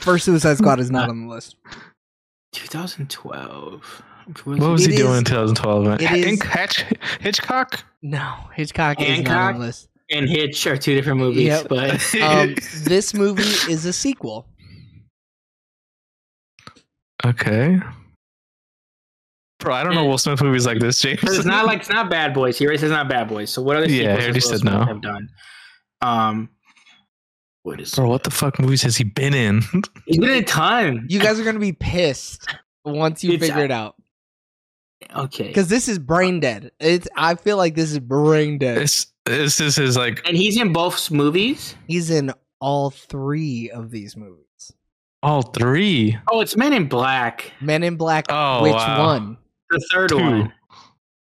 First Suicide Squad is not on the list.
2012.
What was
It
he doing
is-
in 2012? man?
it is-
Inc- Hatch- Hitchcock.
No, Hitchcock is not on
Hancock?
the list.
and Hitch are two different movies,
Yep.
but
Um, this movie is a sequel.
okay. Bro, I don't know
Eh.
Will Smith movies like this, James.
it's not like it's not Bad Boys. He already says it's not Bad Boys. So what other
Yeah,
sequels
I already
has Will
said
Smith
no.
have done? Um, what is?
Bro, what the fuck movies has he been in?
He's been in a ton.
You guys are gonna be pissed once you
It's-
figure it out
Okay,
because this is brain dead. It's I feel like this is brain dead.
this this is his like
and he's in both movies.
He's in all three of these movies.
all three.
Oh, it's Men in Black,
Men in Black.
Oh,
which
wow.
one?
the third
Two.
one.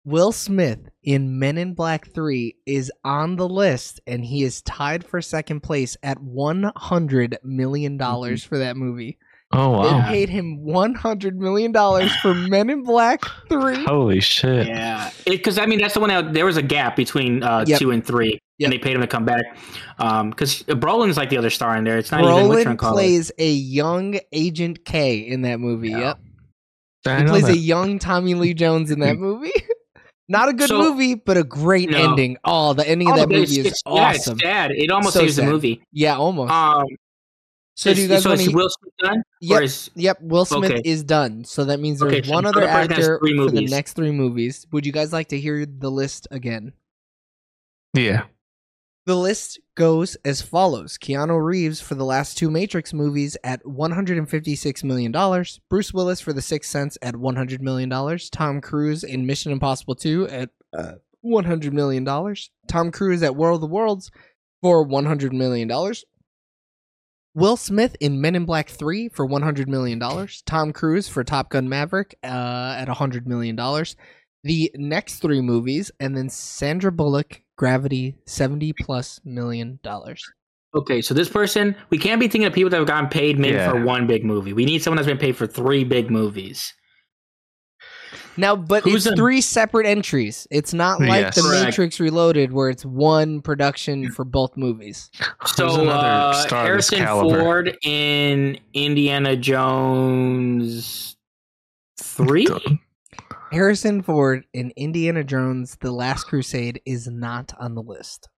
Will Smith in Men in Black 3 is on the list and he is tied for second place at 100 million dollars for that movie.
Oh
They
Mm-hmm. wow.
paid him 100 million dollars for Men in Black 3.
Holy shit.
Yeah, because I mean that's the one that there was a gap between uh,
Yep.
two and three,
Yep.
and they paid him to come back. Um, because Brolin's like the other star in there. It's not even which one
Brolin
called.
plays a young Agent K in that movie.
Yeah.
Yep.
I
He
know
plays a
that.
young Tommy Lee Jones in that movie. Not a good
So-
movie, but a great
No.
ending. Oh, the ending of that movie is awesome.
Yeah, it's sad. It almost
So
saves
sad.
the movie.
Yeah, almost.
Um,
so do you
is-
guys
so
want
is
to
Will Smith done? Or is
Yep, Will Smith
Okay.
is done. So that means there's
Okay, so
one
another
other
person has
actor
three
for the
movies.
next three movies. Would you guys like to hear the list again?
yeah.
The list goes as follows Keanu Reeves for the last two Matrix movies at $156 million, Bruce Willis for The Sixth Sense at $100 million, Tom Cruise in Mission Impossible 2 at uh, $100 million, Tom Cruise at World of the Worlds for $100 million, Will Smith in Men in Black 3 for $100 million, Tom Cruise for Top Gun Maverick uh, at $100 million, the next three movies, and then Sandra Bullock, Gravity, 70 plus million dollars.
Okay, so this person, we can't be thinking of people that have gotten paid maybe
Yeah.
for one big movie. We need someone that's been paid for three big movies.
Now, but
Who's
it's
in-
three separate entries. It's not like
Yes.
The
Correct.
Matrix Reloaded where it's one production for both movies.
There's
So
another
uh,
star of this
Harrison
caliber.
Ford in Indiana Jones three.
Harrison Ford in Indiana Jones The Last Crusade is not on the list.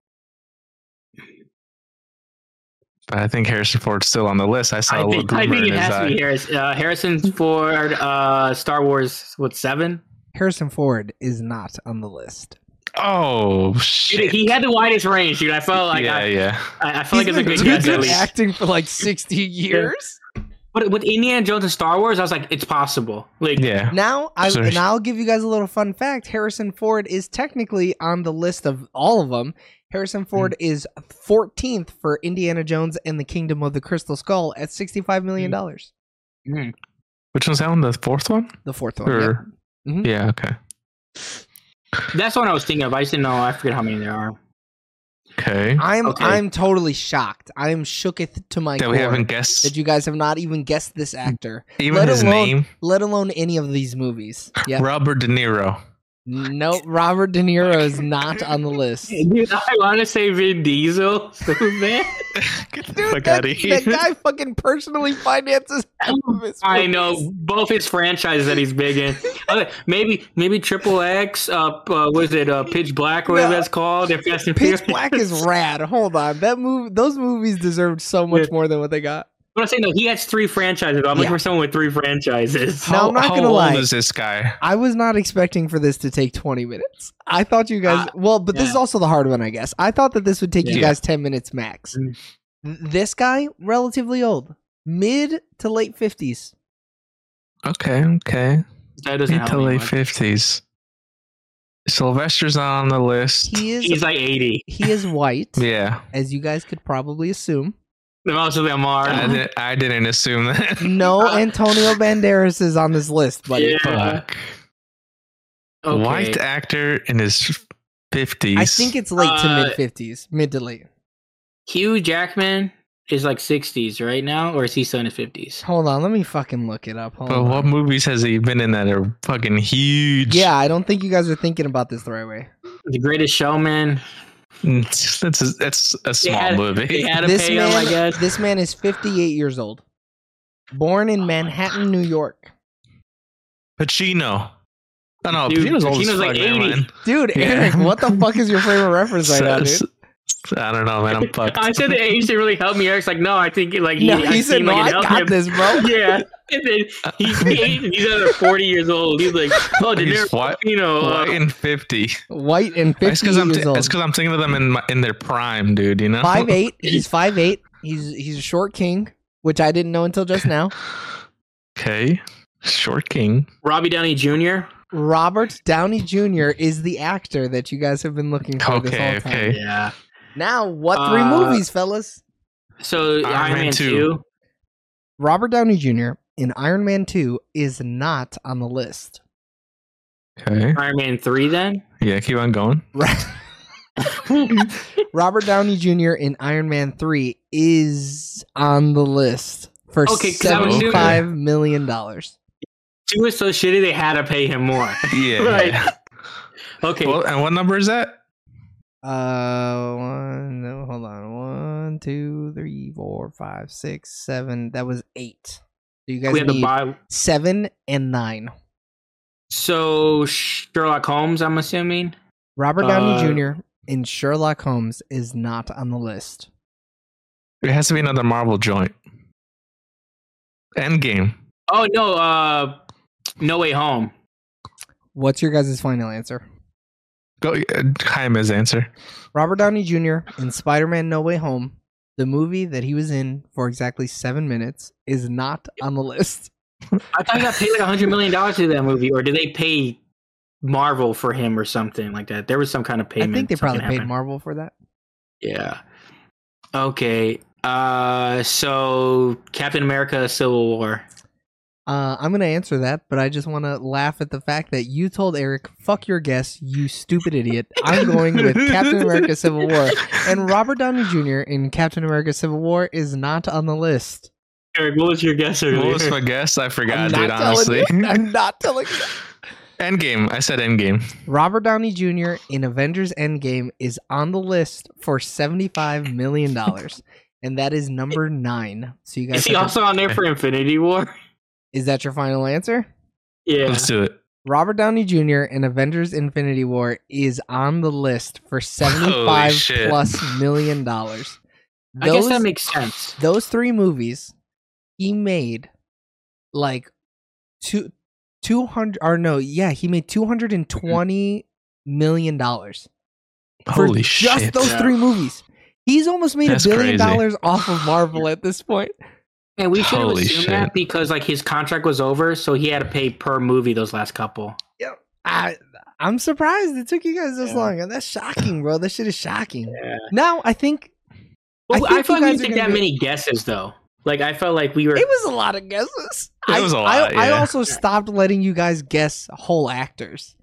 But I think Harrison Ford's still on the list. I saw
I
a little
think, I
glimmer
think
in
it
his
has to
eye.
be Harris, uh, Harrison Ford. Uh, Star Wars. What seven?
Harrison Ford is not on the list.
Oh
Dude,
shit.
he had the widest range, dude. I felt like
yeah,
I,
yeah.
I, I felt like
He's
it's a
been
good guess
doing
at least.
acting for like 60 years.
But with Indiana Jones and Star Wars, I was like, it's possible. Like,
Yeah.
Now I
Sorry.
and I'll give you guys a little fun fact. Harrison Ford is technically on the list of all of them.
Hmm.
Harrison Ford is 14th for Indiana Jones and the Kingdom of the Crystal Skull at 65 million
Hmm.
dollars.
Which one's that one? The fourth one?
The fourth one. yeah.
Or
Mhm.
yeah, okay.
that's what I was thinking of. I just didn't know. I forget how many there are.
Okay.
I'm
Okay.
I'm totally shocked. I am shooketh to my
That
core
we haven't Hmm. guessed
that you guys have not even guessed this actor,
even
let
his
alone-
name.
let alone any of these movies. Yeah.
Robert De Niro.
no, Robert De Niro is not on the list.
Dude, I want to say Vin Diesel so bad.
Get the
Dude,
fuck
that,
outta here.
that guy fucking personally finances half of his
I
movies.
know both his franchises that he's big in. Okay, maybe maybe Triple X. Uh, uh, what is it? Uh, Pitch Black, or whatever
No.
that's called. If that's
Pitch Black is rad. Hold on, that movie, those movies deserved so much
Yeah.
more than what they got.
But I'm saying no, he has three franchises. I'm
Yeah.
looking for someone with three franchises.
No, I'm not
how
gonna
old
lie.
is this guy?
I was not expecting for this to take 20 minutes. I thought you guys, well, but this is
Ah, yeah.
also the hard one, I guess. I thought that this would take you
Yeah.
guys 10 minutes max.
Mm.
Th- This guy, relatively old, mid to late 50s.
Okay, okay.
That doesn't
Mid
help
to
me
late
much.
fifties. Sylvester's on the list.
He is
He's like 80.
he is white,
yeah,
as you guys could probably assume.
Most of them are.
I, did, I didn't assume that.
No Antonio Banderas is on this list, buddy.
Yeah.
Fuck.
Okay.
White actor in his fifties.
I think it's late to
Uh,
mid fifties, mid to late.
Hugh Jackman is like 60s right now, or is he still in his 50s?
Hold on, let me fucking look it up. Hold
But
on.
what movies has he been in that are fucking huge?
yeah, I don't think you guys are thinking about this the right way.
The Greatest Showman.
that's a, that's a small
had- They
movie.
had to
This
pay him, I
man,
guess.
this man is fifty-eight years old, born in Manhattan, New York.
Pacino. Oh no,
Dude,
Pacino's old as
Pacino's
fuck,
like
never
80.
mind.
Dude,
Yeah.
Eric, what the fuck is your favorite reference right now, dude?
So- I don't know, man. I'm fucked.
I said the age didn't really help me. Eric's like, no, I think like he,
No,
I
he said,
seem
"No,
like
I
it helped
got
him."
this, bro."
Yeah. And then he's, he, he's under 40 years old. He's like, oh, De
He's
Niro,
white-
Pacino, uh,
White and fifty.
White and
That's
Oh, fifty
because I'm.
years
T-
old.
that's because I'm thinking of them in my, in their prime, dude. You know.
five eight. He's five eight. He's he's a short king, which I didn't know until just now.
Okay. Short King.
Robbie Downey Jr.
Robert Downey Jr. is the actor that you guys have been looking for this
Okay,
whole time.
okay.
Yeah.
Now, what three
Uh,
movies, fellas?
So Iron, Man, 2.
Robert Downey Jr. in Iron Man 2 is not on the list.
Okay.
Iron Man 3 then?
Yeah, keep on going.
Robert Downey Jr. in Iron Man 3 is on the list for
Okay, 'cause
I was doing-
seventy-five million dollars.
2 was so shitty they had to pay him more.
Yeah.
Right. Okay.
Well, and what number is that?
Uh, one, no, hold on. One, two, three, four, five, six, seven. That was eight. So you guys
we have to
need
buy.
seven and nine.
So Sherlock Holmes, I'm assuming.
Robert Downey
Uh,
Jr. in Sherlock Holmes is not on the list.
It has to be another Marvel joint. Endgame.
Oh no, uh, No Way Home.
What's your guys' final answer?
Go. Uh, Jaime's answer.
Robert Downey Jr. in Spider Man No Way Home, the movie that he was in for exactly seven minutes, is not on the list.
I thought he got paid like hundred million dollars to do that movie, or did they pay Marvel for him or something like that? There was some kind of
I
payment.
think they probably
something
paid
happened.
Marvel for that.
Yeah. Okay. Uh, so Captain America: Civil War.
Uh, I'm going to answer that, but I just want to laugh at the fact that you told Eric, fuck your guess, you stupid idiot. I'm going with Captain America Civil War. And Robert Downey Jr. in Captain America Civil War is not on the list.
Eric, what was your guess earlier?
What was my guess? I
I'm
forgot,
not
dude.
telling
Honestly.
you. I'm not telling you.
Endgame. I said Endgame.
Robert Downey Jr. in Avengers Endgame is on the list for $75 million. And that is number nine. So you guys,
Is he
have to-
also on there for Infinity War?
is that your final answer?
Yeah.
Let's do it.
Robert Downey Jr. in Avengers Infinity War is on the list for 75
shit.
plus million dollars.
I guess
Those,
that makes sense.
those three movies he made like two, 200 or no, yeah, he made 220 million dollars for
Holy
just
shit.
those
Yeah.
three movies. He's almost made a
That's
billion
crazy.
dollars off of Marvel at this point.
And we should have
Holy
assumed that
shit.
because like his contract was over, so he had to pay per movie those last couple.
I I'm surprised it took you guys this
Yeah.
long. That's shocking, bro. That shit is shocking.
Yeah.
Now I think
Well,
I
I,
think
feel
you
like we
guys are
didn't take
gonna
that
be-
many guesses though. Like I felt like we were.
it was a lot of guesses.
It
I-
was a
I-
lot,
I,
yeah.
also stopped letting you guys guess whole actors.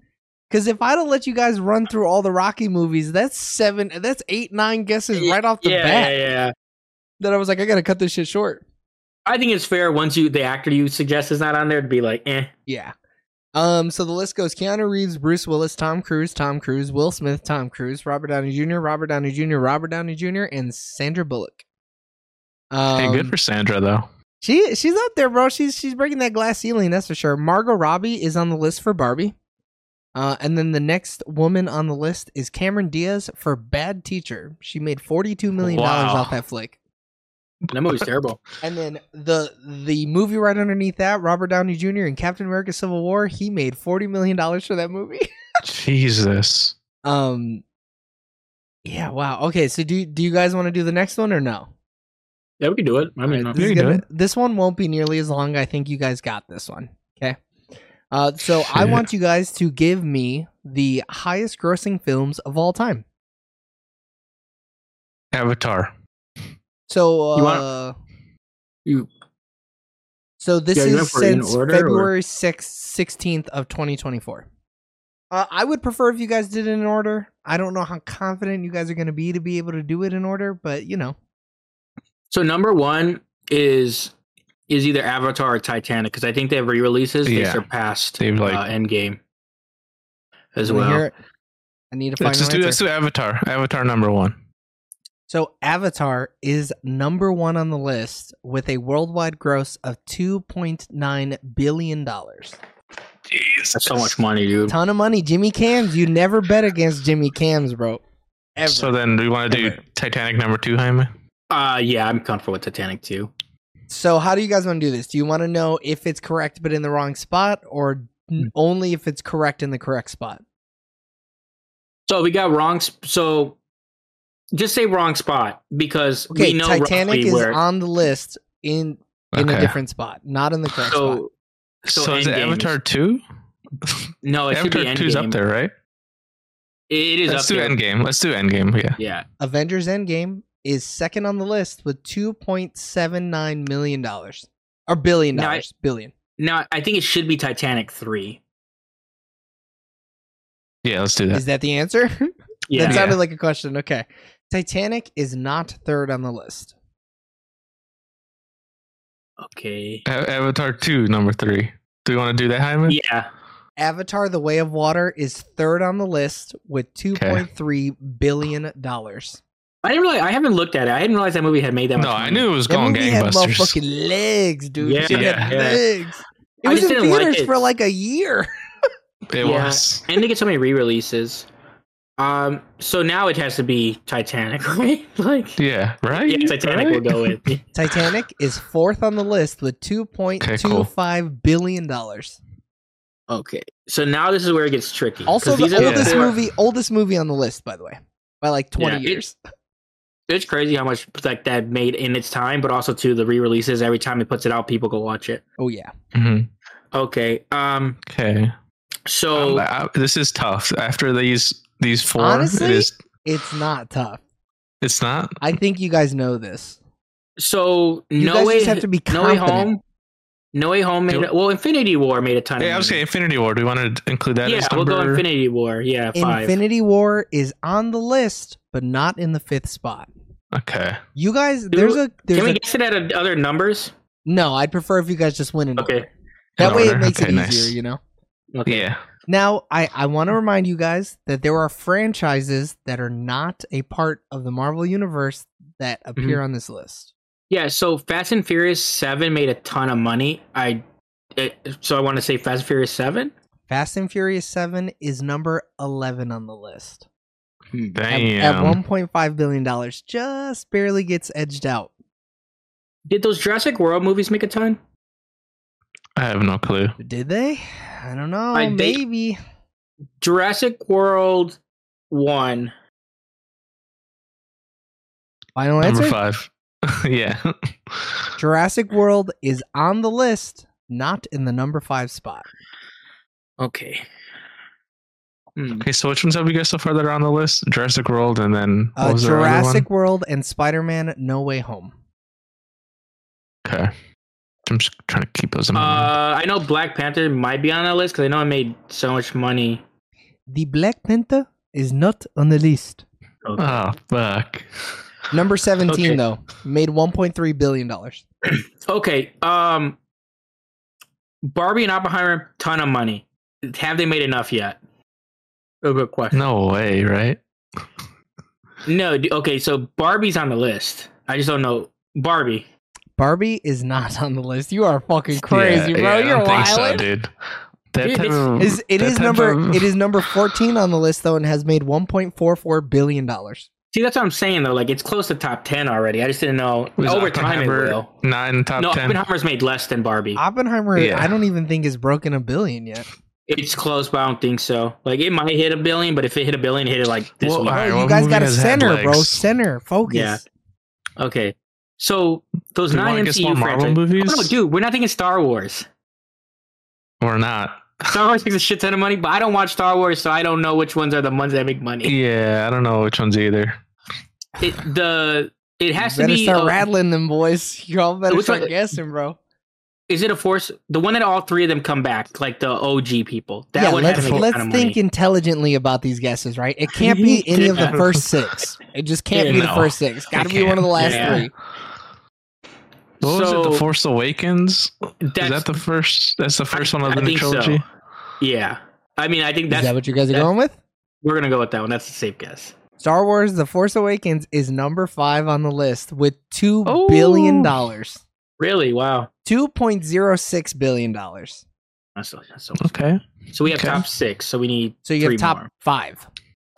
Cause if I'd have let you guys run through all the Rocky movies, that's seven that's eight, nine guesses right off the
yeah,
bat.
yeah, yeah.
That I was like, I gotta cut this shit short.
I think it's fair once you the actor you suggest is not on there to be like, eh.
Yeah. Um, so the list goes Keanu Reeves, Bruce Willis, Tom Cruise, Tom Cruise, Will Smith, Tom Cruise, Robert Downey Jr., Robert Downey Jr., Robert Downey Jr., and Sandra Bullock. Um,
hey, good for Sandra though.
she she's up there, bro. She's she's breaking that glass ceiling, that's for sure. Margot Robbie is on the list for Barbie. Uh, and then the next woman on the list is Cameron Diaz for Bad Teacher. She made forty-two million dollars
Wow.
off that flick.
That movie's terrible.
And then the the movie right underneath that, Robert Downey Jr. in Captain America: Civil War, he made forty million dollars for that movie.
Jesus.
Um. Yeah. Wow. Okay. So do do you guys want to do the next one or no?
Yeah, we can do it. I mean,
Alright,
uh,
this, is
you can do
gonna-
it.
this one won't be nearly as long. I think you guys got this one. Uh, so I
Shit.
want you guys to give me the highest grossing films of all time.
Avatar.
So uh,
You want- You
so this
Yeah, you
is
went for it in
since
order, or-
February sixth, sixteenth of twenty twenty four. Uh, I would prefer if you guys did it in order. I don't know how confident you guys are going to be to be able to do it in order, but you know,
So number one is is either Avatar or Titanic because I think they re-releases they
Yeah.
surpassed
They've, like-
uh, Endgame as
I wanna hear
well.
it. I need to find
Let's
an
just do,
answer.
let's do Avatar. Avatar number one.
So Avatar is number one on the list with a worldwide gross of two point nine billion dollars.
Jeez.
That's so much money, dude.
Ton of money. Jimmy Cams, you never bet against Jimmy Cams, bro. Ever.
So then, do we want to do
Ever.
Titanic number two, Jaime?
Uh yeah, I'm comfortable with Titanic too.
So how do you guys want to do this? Do you want to know if it's correct but in the wrong spot, or
Hmm.
n- only if it's correct in the correct spot?
So we got wrong. Sp- so just say wrong spot because we
Okay,
know
Titanic
roughly
is
where.
on the list in in a
Okay.
different spot, not in the correct spot.
so
So,
So
is it
Endgame is-
Avatar two?
no, it should be
Avatar two's
Endgame.
up there, right?
It is
Let's
up
do
there.
Endgame. Let's do Endgame. Yeah.
Yeah,
Avengers Endgame is second on the list with two point seven nine million dollars or billion
Now I-
dollars, billion.
now I think it should be Titanic three.
Yeah. Let's do that.
Is that the answer?
Yeah,
that sounded like a question. Okay, Titanic is not third on the list.
okay.
A- Avatar two number three. Do we want to do that, Jaime?
Yeah,
Avatar: The Way of Water is third on the list with two point three billion dollars.
I didn't really. I haven't looked at it. I didn't realize that movie had made that much.
No, I
money.
knew it was
That
going
movie had
gangbusters.
motherfucking legs, dude.
Yeah,
It had
yeah.
legs. It
I
was
just
in
didn't like
theaters
it.
for like a year.
It
Yeah.
was.
and they get so many re-releases. Um, so now it has to be Titanic, right? like, yeah,
Yeah. Right.
Titanic
right?
will go with.
Titanic is fourth on the list with two point two five billion dollars.
okay, so now this is where it gets tricky.
Also,
'cause
the
these are
oldest
four-
movie, oldest movie on the list, by the way, by like twenty
Yeah, it-
years.
It's crazy how much like that made in its time, but also too the re-releases. Every time it puts it out, people go watch it.
oh yeah,
Mhm.
Okay, um,
Okay.
so
Um, I- this is tough. After these these four, it
Honestly?
is.
it's not tough.
It's not.
I think you guys know this.
so
You
no
guys
way,
just have to be
no way
confident.
home, no way home made
Do-
it, well. Infinity War made a ton.
Yeah, I
of
was
money.
saying Infinity War. Do we want to include that?
yeah,
as
we'll
number?
go Infinity War. Yeah, five.
Infinity War is on the list, but not in the fifth spot.
Okay.
You guys, there's a there's
Can we
a,
guess it at a, other numbers?
no. I'd prefer if you guys just went in
Okay.
order. That
In
way,
order.
it makes
Okay,
it
nice.
easier. You know.
Okay.
Yeah.
Now, I, I want to remind you guys that there are franchises that are not a part of the Marvel Universe that
Mm-hmm.
appear on this list.
Yeah, so Fast and Furious Seven made a ton of money. I it, so I want to say Fast and Furious Seven.
Fast and Furious 7 is number 11 on the list. At,
Damn.
at $1.5 billion, just barely gets edged out.
Did those Jurassic World movies make a ton?
I have no clue.
Did they? I don't know.
I think-
maybe.
Jurassic World One.
Final
Number
answer
five. yeah.
Hmm.
Jurassic World is on the list, not in the number five spot.
Okay. Hmm.
Okay, so which ones have we got so far that are on the list? Jurassic World, and then what
Uh,
was their other
Jurassic World and Spider Man No Way Home.
one? Okay, I'm just trying to keep those in
Uh,
my mind.
I know Black Panther might be on that list because I know it made so much money.
The Black Panther is not on the list.
Okay.
Oh fuck!
Number 17
Okay.
though made 1.3 billion dollars.
okay. Um, Barbie and Oppenheimer, ton of money. Have they made enough yet? A good question.
No way, right?
No, d- okay, so Barbie's on the list. I just don't know Barbie.
Barbie is not on the list. You are fucking crazy,
Yeah,
bro.
yeah, I
You're
don't think so,
wild.
dude. That
Dude,
type
it's-
of,
Is it
that
is
type
number
of-
it is number 14 on the list though and has made 1.44 billion dollars.
See, that's what I'm saying though. Like it's close to top ten already. I just didn't know
was
over time it
Oppenheimer
will.
not in top
no,
ten.
Oppenheimer's made less than Barbie.
Oppenheimer
Yeah.
I don't even think has broken a billion yet.
it's close, but I don't think so. Like it might hit a billion, but if it hit a billion, it hit it like this
Well,
week.
all right,
Bro,
well,
you guys
movie
got to
has had
center, bro.
legs.
Center. Focus.
Yeah. Okay, so those
Do you
nine
wanna get some
MCU
more Marvel
Oh, franchises.
movies?
Oh, no, dude, we're not thinking Star Wars.
or not.
Star Wars makes a shit ton of money, but I don't watch Star Wars, so I don't know which ones are the ones that make money.
Yeah, I don't know which one's either.
It, the it has to
better
be.
start
uh,
rattling them, boys. Y'all better
Which
start
one-
guessing, bro.
is it a force? The one that all three of them come back, like the OG people. That
yeah,
one has
let's
to make a
let's
ton of
think
money.
intelligently about these guesses, right? It can't be any of the
Yeah.
first six. It just can't
Yeah,
be the
no.
first six. Got to be one of
can't.
the last
Yeah.
three.
What was it?
So-
The Force Awakens? Is
That's,
that the first? That's the first one of
I
the new
think so.
trilogy.
yeah. I mean, I think
Is
that's
that what you guys are
that's-
going with?
we're gonna go with that one. That's the safe guess.
Star Wars: The Force Awakens is number five on the list with two billion
Oh.
dollars,
Really? Wow.
two point zero six billion dollars.
That's so, that's so,
Okay.
so we have
Okay.
top six. So we need
So you
Three
have top
more.
five,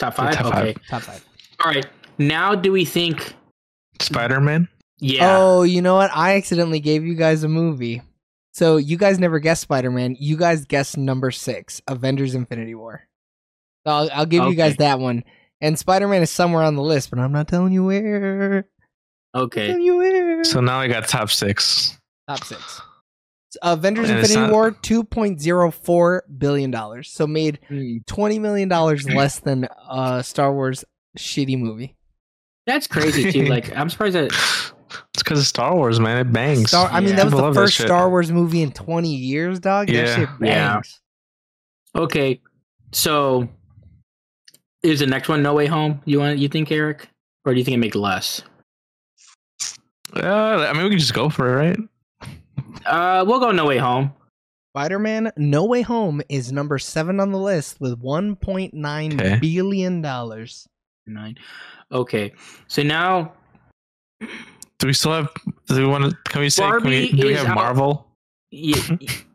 top five.
top
okay.
top five.
All right. Now, do we think?
Spider Man.
Yeah.
Oh, you know what? I accidentally gave you guys a movie. So you guys never guessed Spider Man. You guys guessed number six, Avengers: Infinity War. So I'll, I'll give you guys
Okay.
that one. And Spider Man is somewhere on the list, but I'm not telling you where. Oh.
Okay.
Telling you where.
So now I got top six.
Top six. uh, Avengers:
And it's
Infinity
not-
War, two point zero four billion dollars. So made
Mm.
twenty million dollars less than uh Star Wars shitty movie.
That's crazy too. Like, I'm surprised that
It's because of Star Wars, man. It bangs.
Star, I mean,
Yeah.
that was
People
the
love that
first
shit.
Star Wars movie in twenty years, dog. that
Yeah.
shit
Yeah.
bangs.
Okay, so is the next one No Way Home? You want you think Eric, or do you think it make less?
Uh, I mean, we can just go for it, right?
Uh, we'll go No Way Home.
Spider-Man: No Way Home is number seven on the list with one point nine billion
Okay.
dollars.
Nine. Okay, so now
Do we still have? Do we want to? Can we say? Can we,
Barbie
do we
is
have
out.
Marvel?
y-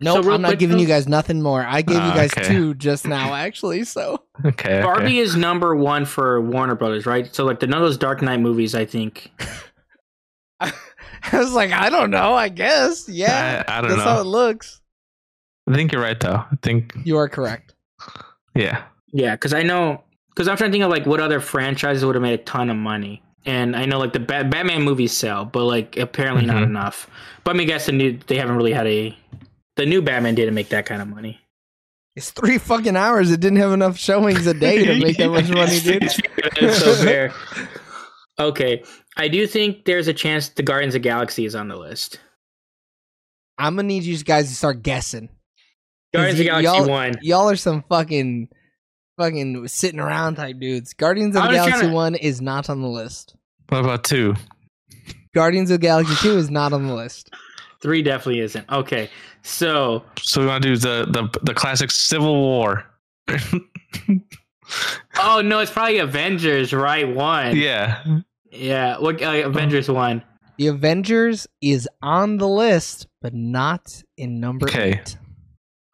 No,
So real
I'm not
quick,
giving
though-
you guys nothing more. I gave you
Ah,
guys
okay.
two just now, actually. So
Okay. okay.
Barbie is number one for Warner Brothers, right? So like the none of those Dark Knight movies, I think.
I was like, I don't know. I guess, yeah.
I, I don't
That's how
know.
it looks.
I think you're right, though. I think.
You are correct.
Yeah.
Yeah, because I know because I'm trying to think of like what other franchises would have made a ton of money. And I know like the Bat- Batman movies sell, but like apparently not
Mhm.
enough. But I mean, I guess the new they haven't really had a the new Batman didn't make that kind of money.
It's three fucking hours. It didn't have enough showings a day to make that much money, dude.
It's so fair. Okay, I do think there's a chance the Guardians of the Galaxy is on the list.
I'm gonna need you guys to start guessing.
Guardians of the
Y'all-
Galaxy one.
Y'all are some fucking, fucking sitting around type dudes. Guardians of
I
the
was trying
Galaxy
to-
one is not on the list.
What about two?
Guardians of the Galaxy two is not on the list.
Three definitely isn't. Okay, so
So we want to do the the the classic Civil War.
oh no, it's probably Avengers, right? One.
yeah.
Yeah. What uh, Avengers one?
The Avengers is on the list, but not in number
Okay.
eight.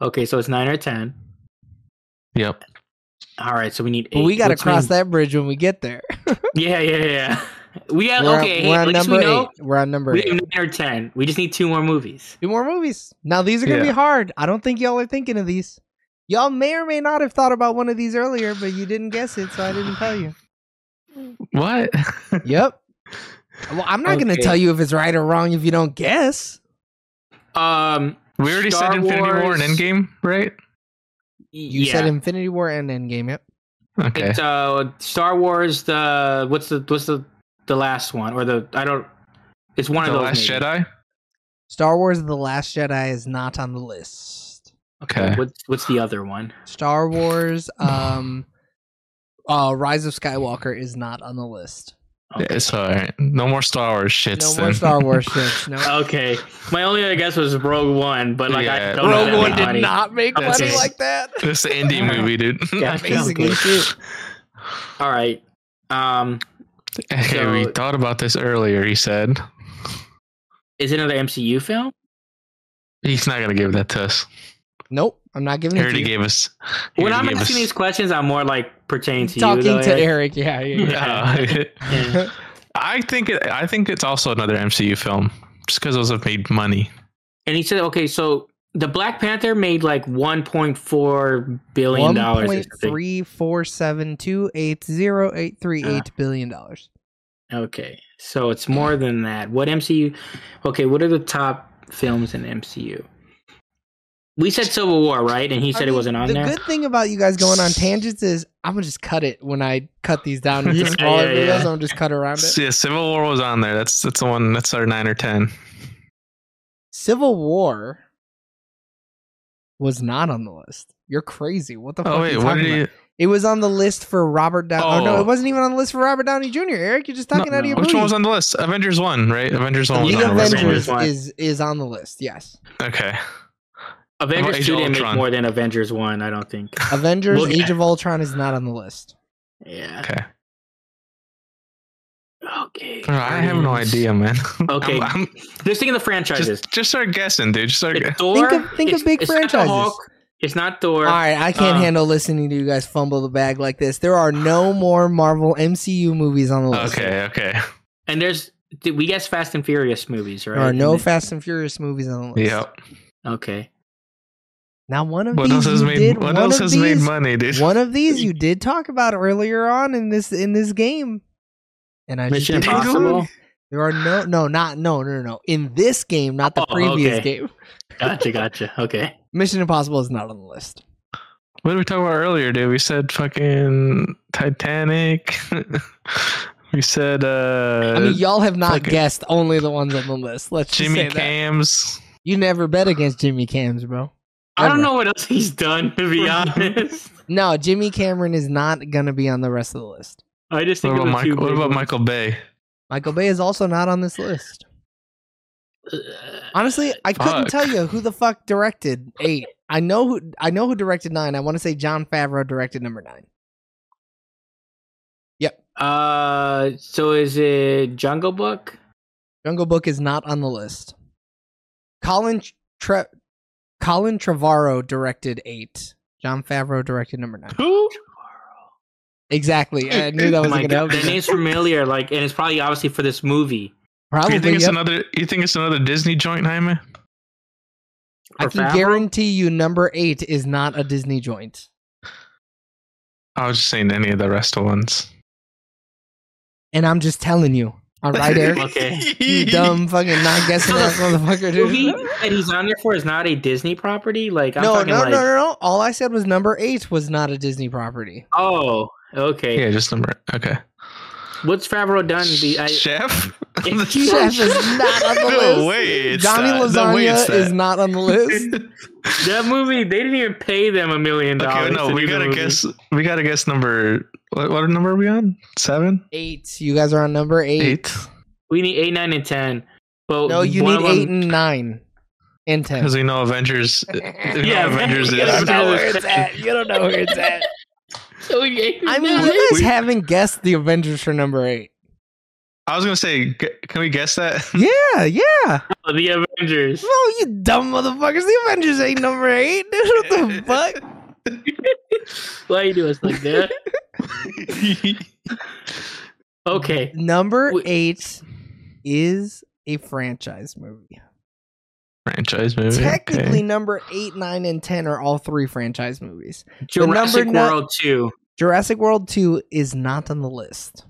Okay, so it's nine or ten.
Yep.
All right, so we need. Eight,
But we gotta
which
cross
means-
that bridge when we get there.
Yeah, yeah, yeah. We got
we're
okay.
on, we're
hey,
on
at least
number
we know
eight. We're on number
we have
eight.
nine or ten. We just need two more movies.
Two more movies. Now these are gonna be
Yeah.
hard. I don't think y'all are thinking of these. Y'all may or may not have thought about one of these earlier, but you didn't guess it, so I didn't tell you.
What?
Yep. Well, I'm not gonna
Okay.
tell you if it's right or wrong if you don't guess.
Um,
We already
Star
said Infinity War
Wars.
and Endgame, right?
You
yeah.
said Infinity War and Endgame. Yep.
Okay.
It's uh, Star Wars. The what's the what's the the last one or the I don't. It's one of
the
those.
Last
maybe.
Jedi.
Star Wars: The Last Jedi is not on the list.
Okay.
What's what's the other one?
Star Wars, um, uh, Rise of Skywalker is not on the list.
Okay.
It's all right. No more Star Wars shits.
no more
then.
Star Wars shits. No.
Okay. My only other guess was Rogue One, but like I
Yeah.
don't know
Rogue
that
One
anybody.
Oh, not make
That's it.
that.
It's the indie movie, dude.
Yeah,
Basically,
okay.
shit.
All right. Um,
Hey, we
So-
thought about this earlier. He said
is it another MCU film?
he's not gonna give that to us.
Nope, I'm not giving
He
it
already
to you.
gave us. he
When I'm
already gave
asking
us-
these questions, I'm more like pertaining to
Talking
you. though,
to
Eric.
Eric. Yeah, yeah. yeah.
Yeah.
Yeah.
I think it, I think it's also another MCU film, just because those have made money.
And he said, okay, so the Black Panther made like 1.4 billion dollars. or
One point
something.
three four seven two eight zero eight three
Uh.
eight billion dollars.
Okay, so it's more than that. What MCU? Okay, what are the top films in MCU? We said Civil War, right? And he
I
said it
mean,
wasn't on
the
there.
good thing about you guys going on tangents is I'm gonna just cut it when I cut these down into
Yeah,
smaller
yeah,
videos.
yeah.
I'm gonna just cut around it.
Yeah, Civil War was on there. That's that's the one. That's our nine or ten.
Civil War was not on the list. You're crazy. What the fuck?
Oh
are
wait,
you
what
talking
did
about?
you?
It was on the list for Robert Downey. Oh. no,
Oh.
it wasn't even on the list for Robert Downey Jr. Eric, you're just talking
No,
out of your
no.
Which
booty.
one was on the list? Avengers one, right? Avengers one. Was
League
on
of
the list.
Avengers
Avengers.
is is on the list. Yes,
Okay. About
Avengers
Age
two
of
didn't make
Ultron.
more than Avengers one, I don't think.
Avengers:
Look
Age
at-
of Ultron is not on the list.
Yeah.
Okay.
Okay.
Bro, I have no
Guardians.
idea, man.
Okay.
I'm, I'm
Just think of the franchises.
just just start guessing, dude. Just start.
It's
gu-
Thor.
Think of- think of
it's-
big
it's not the
franchises.
Hulk, It's not Thor.
All right, I can't
Uh,
handle listening to you guys fumble the bag like this. There are no more Marvel MCU movies on the list.
Okay. Okay.
And there's did we guess Fast and Furious movies, right?
There are no
And
Fast and Furious movies on the list.
Yep.
then- Okay.
Now one of
What
these
else has
you
made
did.
What
one
else
of
has
these,
made money, dude?
One of these you did talk about earlier on in this in this game, and I
Mission
just didn't include
Impossible.
it. There are no no not no no no, no in this game, not the
Oh,
previous
okay.
game.
Gotcha, gotcha. Okay.
Mission Impossible is not on the list.
What did we talk about earlier, dude? We said fucking Titanic. we said uh
I mean, y'all have not
fucking-
guessed only the ones on the list. Let's just say
Jimmy
that.
Cams.
You never bet against Jimmy Cams, bro.
I don't
Ever.
know what else he's done, to be honest.
No, Jimmy Cameron is not going to be on the rest of the list.
I just
What
think
about,
of the two
Michael, what
big
about
ones.
Michael Bay?
Michael Bay is also not on this list. Honestly, I couldn't
Fuck.
tell you who the fuck directed 8. I know who I know who directed 9. I want to say John Favreau directed number 9.
Uh, so is it Jungle Book?
Jungle Book is not on the list. Colin Tre- Colin Trevorrow directed 8. John Favreau directed number 9.
Who?
Exactly. I knew that was
my
going to
god,
help.
the
you.
name's familiar. Like, and it's probably obviously for this movie.
Probably
you think it's
yep.
another? You think it's another Disney joint, Jaime?
I
for
can
Favreau?
guarantee you number 8 is not a Disney joint.
I was just saying any of the rest of ones.
And I'm just telling you. All right, Eric.
Okay.
You dumb fucking not guessing ass motherfucker,
Movie
dude.
that he's on there for is not a Disney property. Like, I'm
No, no,
talking
no, no,
like,
no. All I said was number eight was not a Disney property.
oh, okay.
Yeah, just number. Okay.
What's Favreau done? Be, I,
Chef.
Chef
Chef is not on the list.
No way. It's
Johnny
not. No way
Lasagna
it's
is
that.
not on the list.
that movie, they didn't even pay them a million dollars.
Okay, no,
to
we
do the
gotta
movie.
guess. We gotta guess number. What, what number are we on? Seven,
Eight. You guys are on number eight.
eight.
We need eight, nine, and ten. But
No, you
one
need
of them-
eight and nine and ten.
Because we know Avengers. we know
Yeah,
Avengers
you gotta
is.
know where it's at.
You don't know where it's at.
So we eight and
I mean,
nine.
you guys
We-
haven't guessed the Avengers for number eight.
I was gonna say, g- can we guess that?
Yeah, yeah.
the Avengers.
Oh, you dumb motherfuckers. The Avengers ain't number eight. Dude, what the fuck?
Why you do us like that? Okay.
Number
Wait.
eight is a franchise movie.
Franchise movie.
Technically,
okay.
number eight, nine, and ten are all three franchise movies.
Jurassic
number nine-
World 2.
Jurassic World Two is not on the list.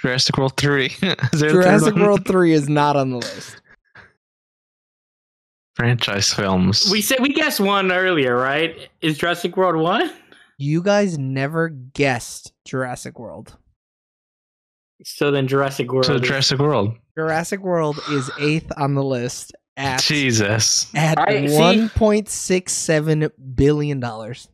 Jurassic World three. is there a third
Jurassic
one?
World Three is not on the list.
franchise films.
We said we guessed one earlier, right? Is Jurassic World 1?
You guys never guessed Jurassic World.
So then Jurassic World.
so
is-
Jurassic World.
Jurassic World is eighth on the list at
Jesus.
at
I- see-
one point six seven billion dollars.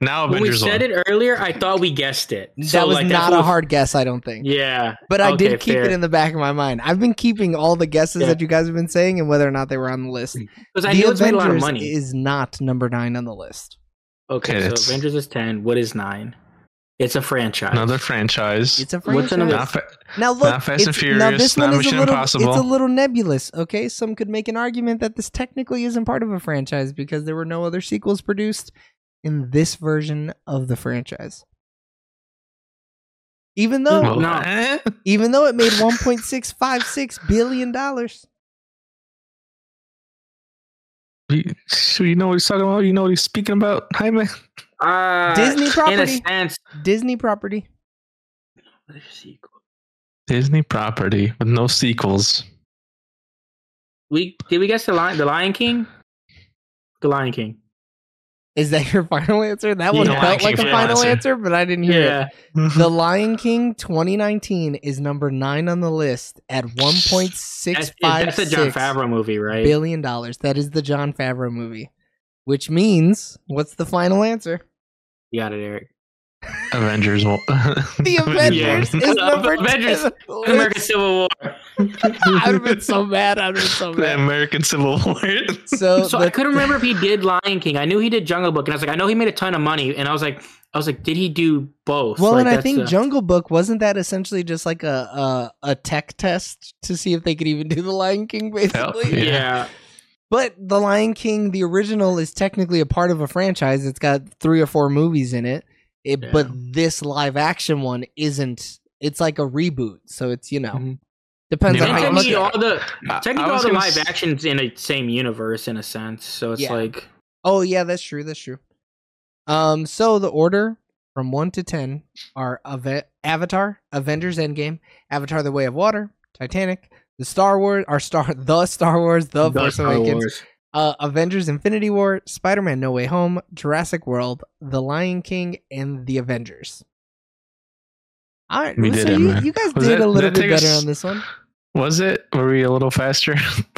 Now
when we
Avengers
said
one.
it earlier, I thought we guessed it. So,
that was
like, that's
not
what-
a hard guess, I don't think.
Yeah.
But I
Okay,
did keep it
fair.
in the back of my mind. I've been keeping all the guesses
Yeah.
that you guys have been saying and whether or not they were on the list.
Because I
the
knew it's
Avengers
made a lot of money.
is not number nine on the list.
okay,
Okay,
so
it's-
Avengers is 10. What is 9? It's a franchise.
Another franchise.
It's a franchise.
What's another-
Not fa-
now look,
not Fast and
it's-
Furious,
now this
not
one is a
Mission
little,
Impossible.
It's a little nebulous. Okay, some could make an argument that this technically isn't part of a franchise because there were no other sequels produced in this version of the franchise. Even though,
Well- Oh, No.
eh?
even though it made 1.656 billion dollars.
You, so you know what he's talking about. You know what he's speaking about, Jaime.
Uh,
Disney
In a
property.
sense.
Disney property.
Disney property with no sequels.
We, did we guess the Lion, the Lion King? The Lion King.
Is that your final answer? That one
Yeah,
felt like a
actually,
final
yeah.
answer, but I didn't hear it.
Yeah.
The Lion King 2019 is number nine on the list at
That's, that's a John
1.656
Favreau movie, right?
billion dollars. That is the John Favreau movie, which means what's the final answer?
You got it, Eric.
Avengers. will-
The Avengers
Yeah.
is number
Avengers.
10 on Oh, the
American
list.
Civil War.
I'd have been so mad. I'd have been so
the
mad.
American Civil War.
So,
So
the-
I couldn't remember if he did Lion King. I knew he did Jungle Book, and I was like, I know he made a ton of money, and I was like, I was like, did he do both?
well,
Like,
and I
that's uh,
think
a-
Jungle Book wasn't that essentially just like a, a a tech test to see if they could even do the Lion King, basically.
yeah.
yeah,
But The Lion King, the original, is technically a part of a franchise. It's got three or four movies in it. it
Yeah.
But this live action one isn't. It's like a reboot. So it's, you know,
Mhm.
depends
Yeah.
on how you
Didn't
look
technically
at it.
all the
I- I
technically all
was
the
gonna
live
s-
actions in a same universe in a sense. So it's
Yeah.
like
Oh, yeah, that's true. That's true. Um, So the order from 1 to 10 are Ave- Avatar, Avengers Endgame, Avatar The Way of Water, Titanic, The Star Wars, or Star, The Star Wars, The,
the
Force
Star
Awakens,
Wars.
uh, Avengers Infinity War, Spider Man No Way Home, Jurassic World, The Lion King, and The Avengers. All right,
We
so
did it,
you,
man.
you guys
Was
did a
that-
little
did it
bit
take us-
better on this one.
Was it? Were we a little faster?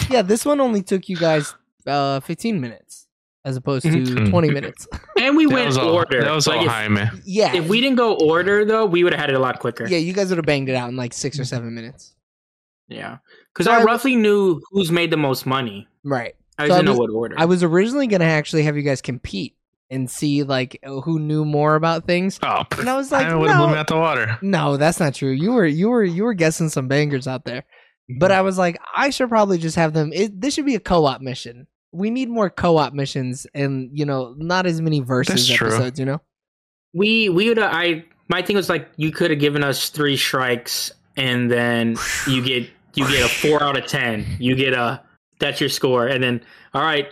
Yeah, this one only took you guys uh, 15 minutes as opposed to
Mhm.
20 minutes.
and we
that
went
was all.
order.
That was
Like,
all
if-
Jaime.
Yeah.
If we didn't go order though, we would have had it a lot quicker.
yeah, you guys would have banged it out in like six or
Mm-hmm.
seven minutes.
Yeah, because
So I
I
was-
roughly knew who's made the most money.
Right.
I
So
just
I
didn't know
was-
what order.
I was originally going to actually have you guys compete and see like who knew more about things.
Oh, pff,
And I was like,
I would have
no,
blown out the water.
No, that's not true. You were you were you were guessing some bangers out there. But
Mm-hmm.
I was like, I should probably just have them. It, this should be a co-op mission. We need more co-op missions, and you know, not as many versus
That's true.
episodes. You know,
we we would I my thing was like you could have given us three strikes and then you get you get a four out of ten. You get a that's your score, and then all right,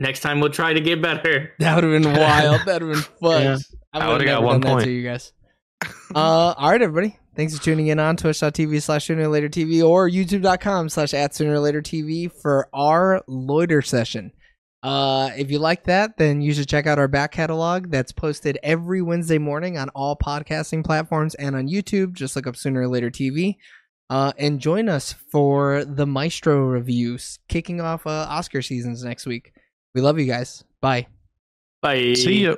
next time we'll try to get better.
that would have been wild. that would have been fun.
Yeah.
I
I
would
would've
have
got
got
one
one point
point.
to you guys. Uh, all right, everybody. Thanks for tuning in on twitch.tv slash sooner or later TV or youtube.com slash at sooner or later TV for our loiter session. Uh, if you like that, then you should check out our back catalog that's posted every Wednesday morning on all podcasting platforms and on YouTube. Just look up sooner or later TV. Uh, and join us for the Maestro reviews kicking off uh, Oscar seasons next week. We love you guys. Bye.
Bye.
See you.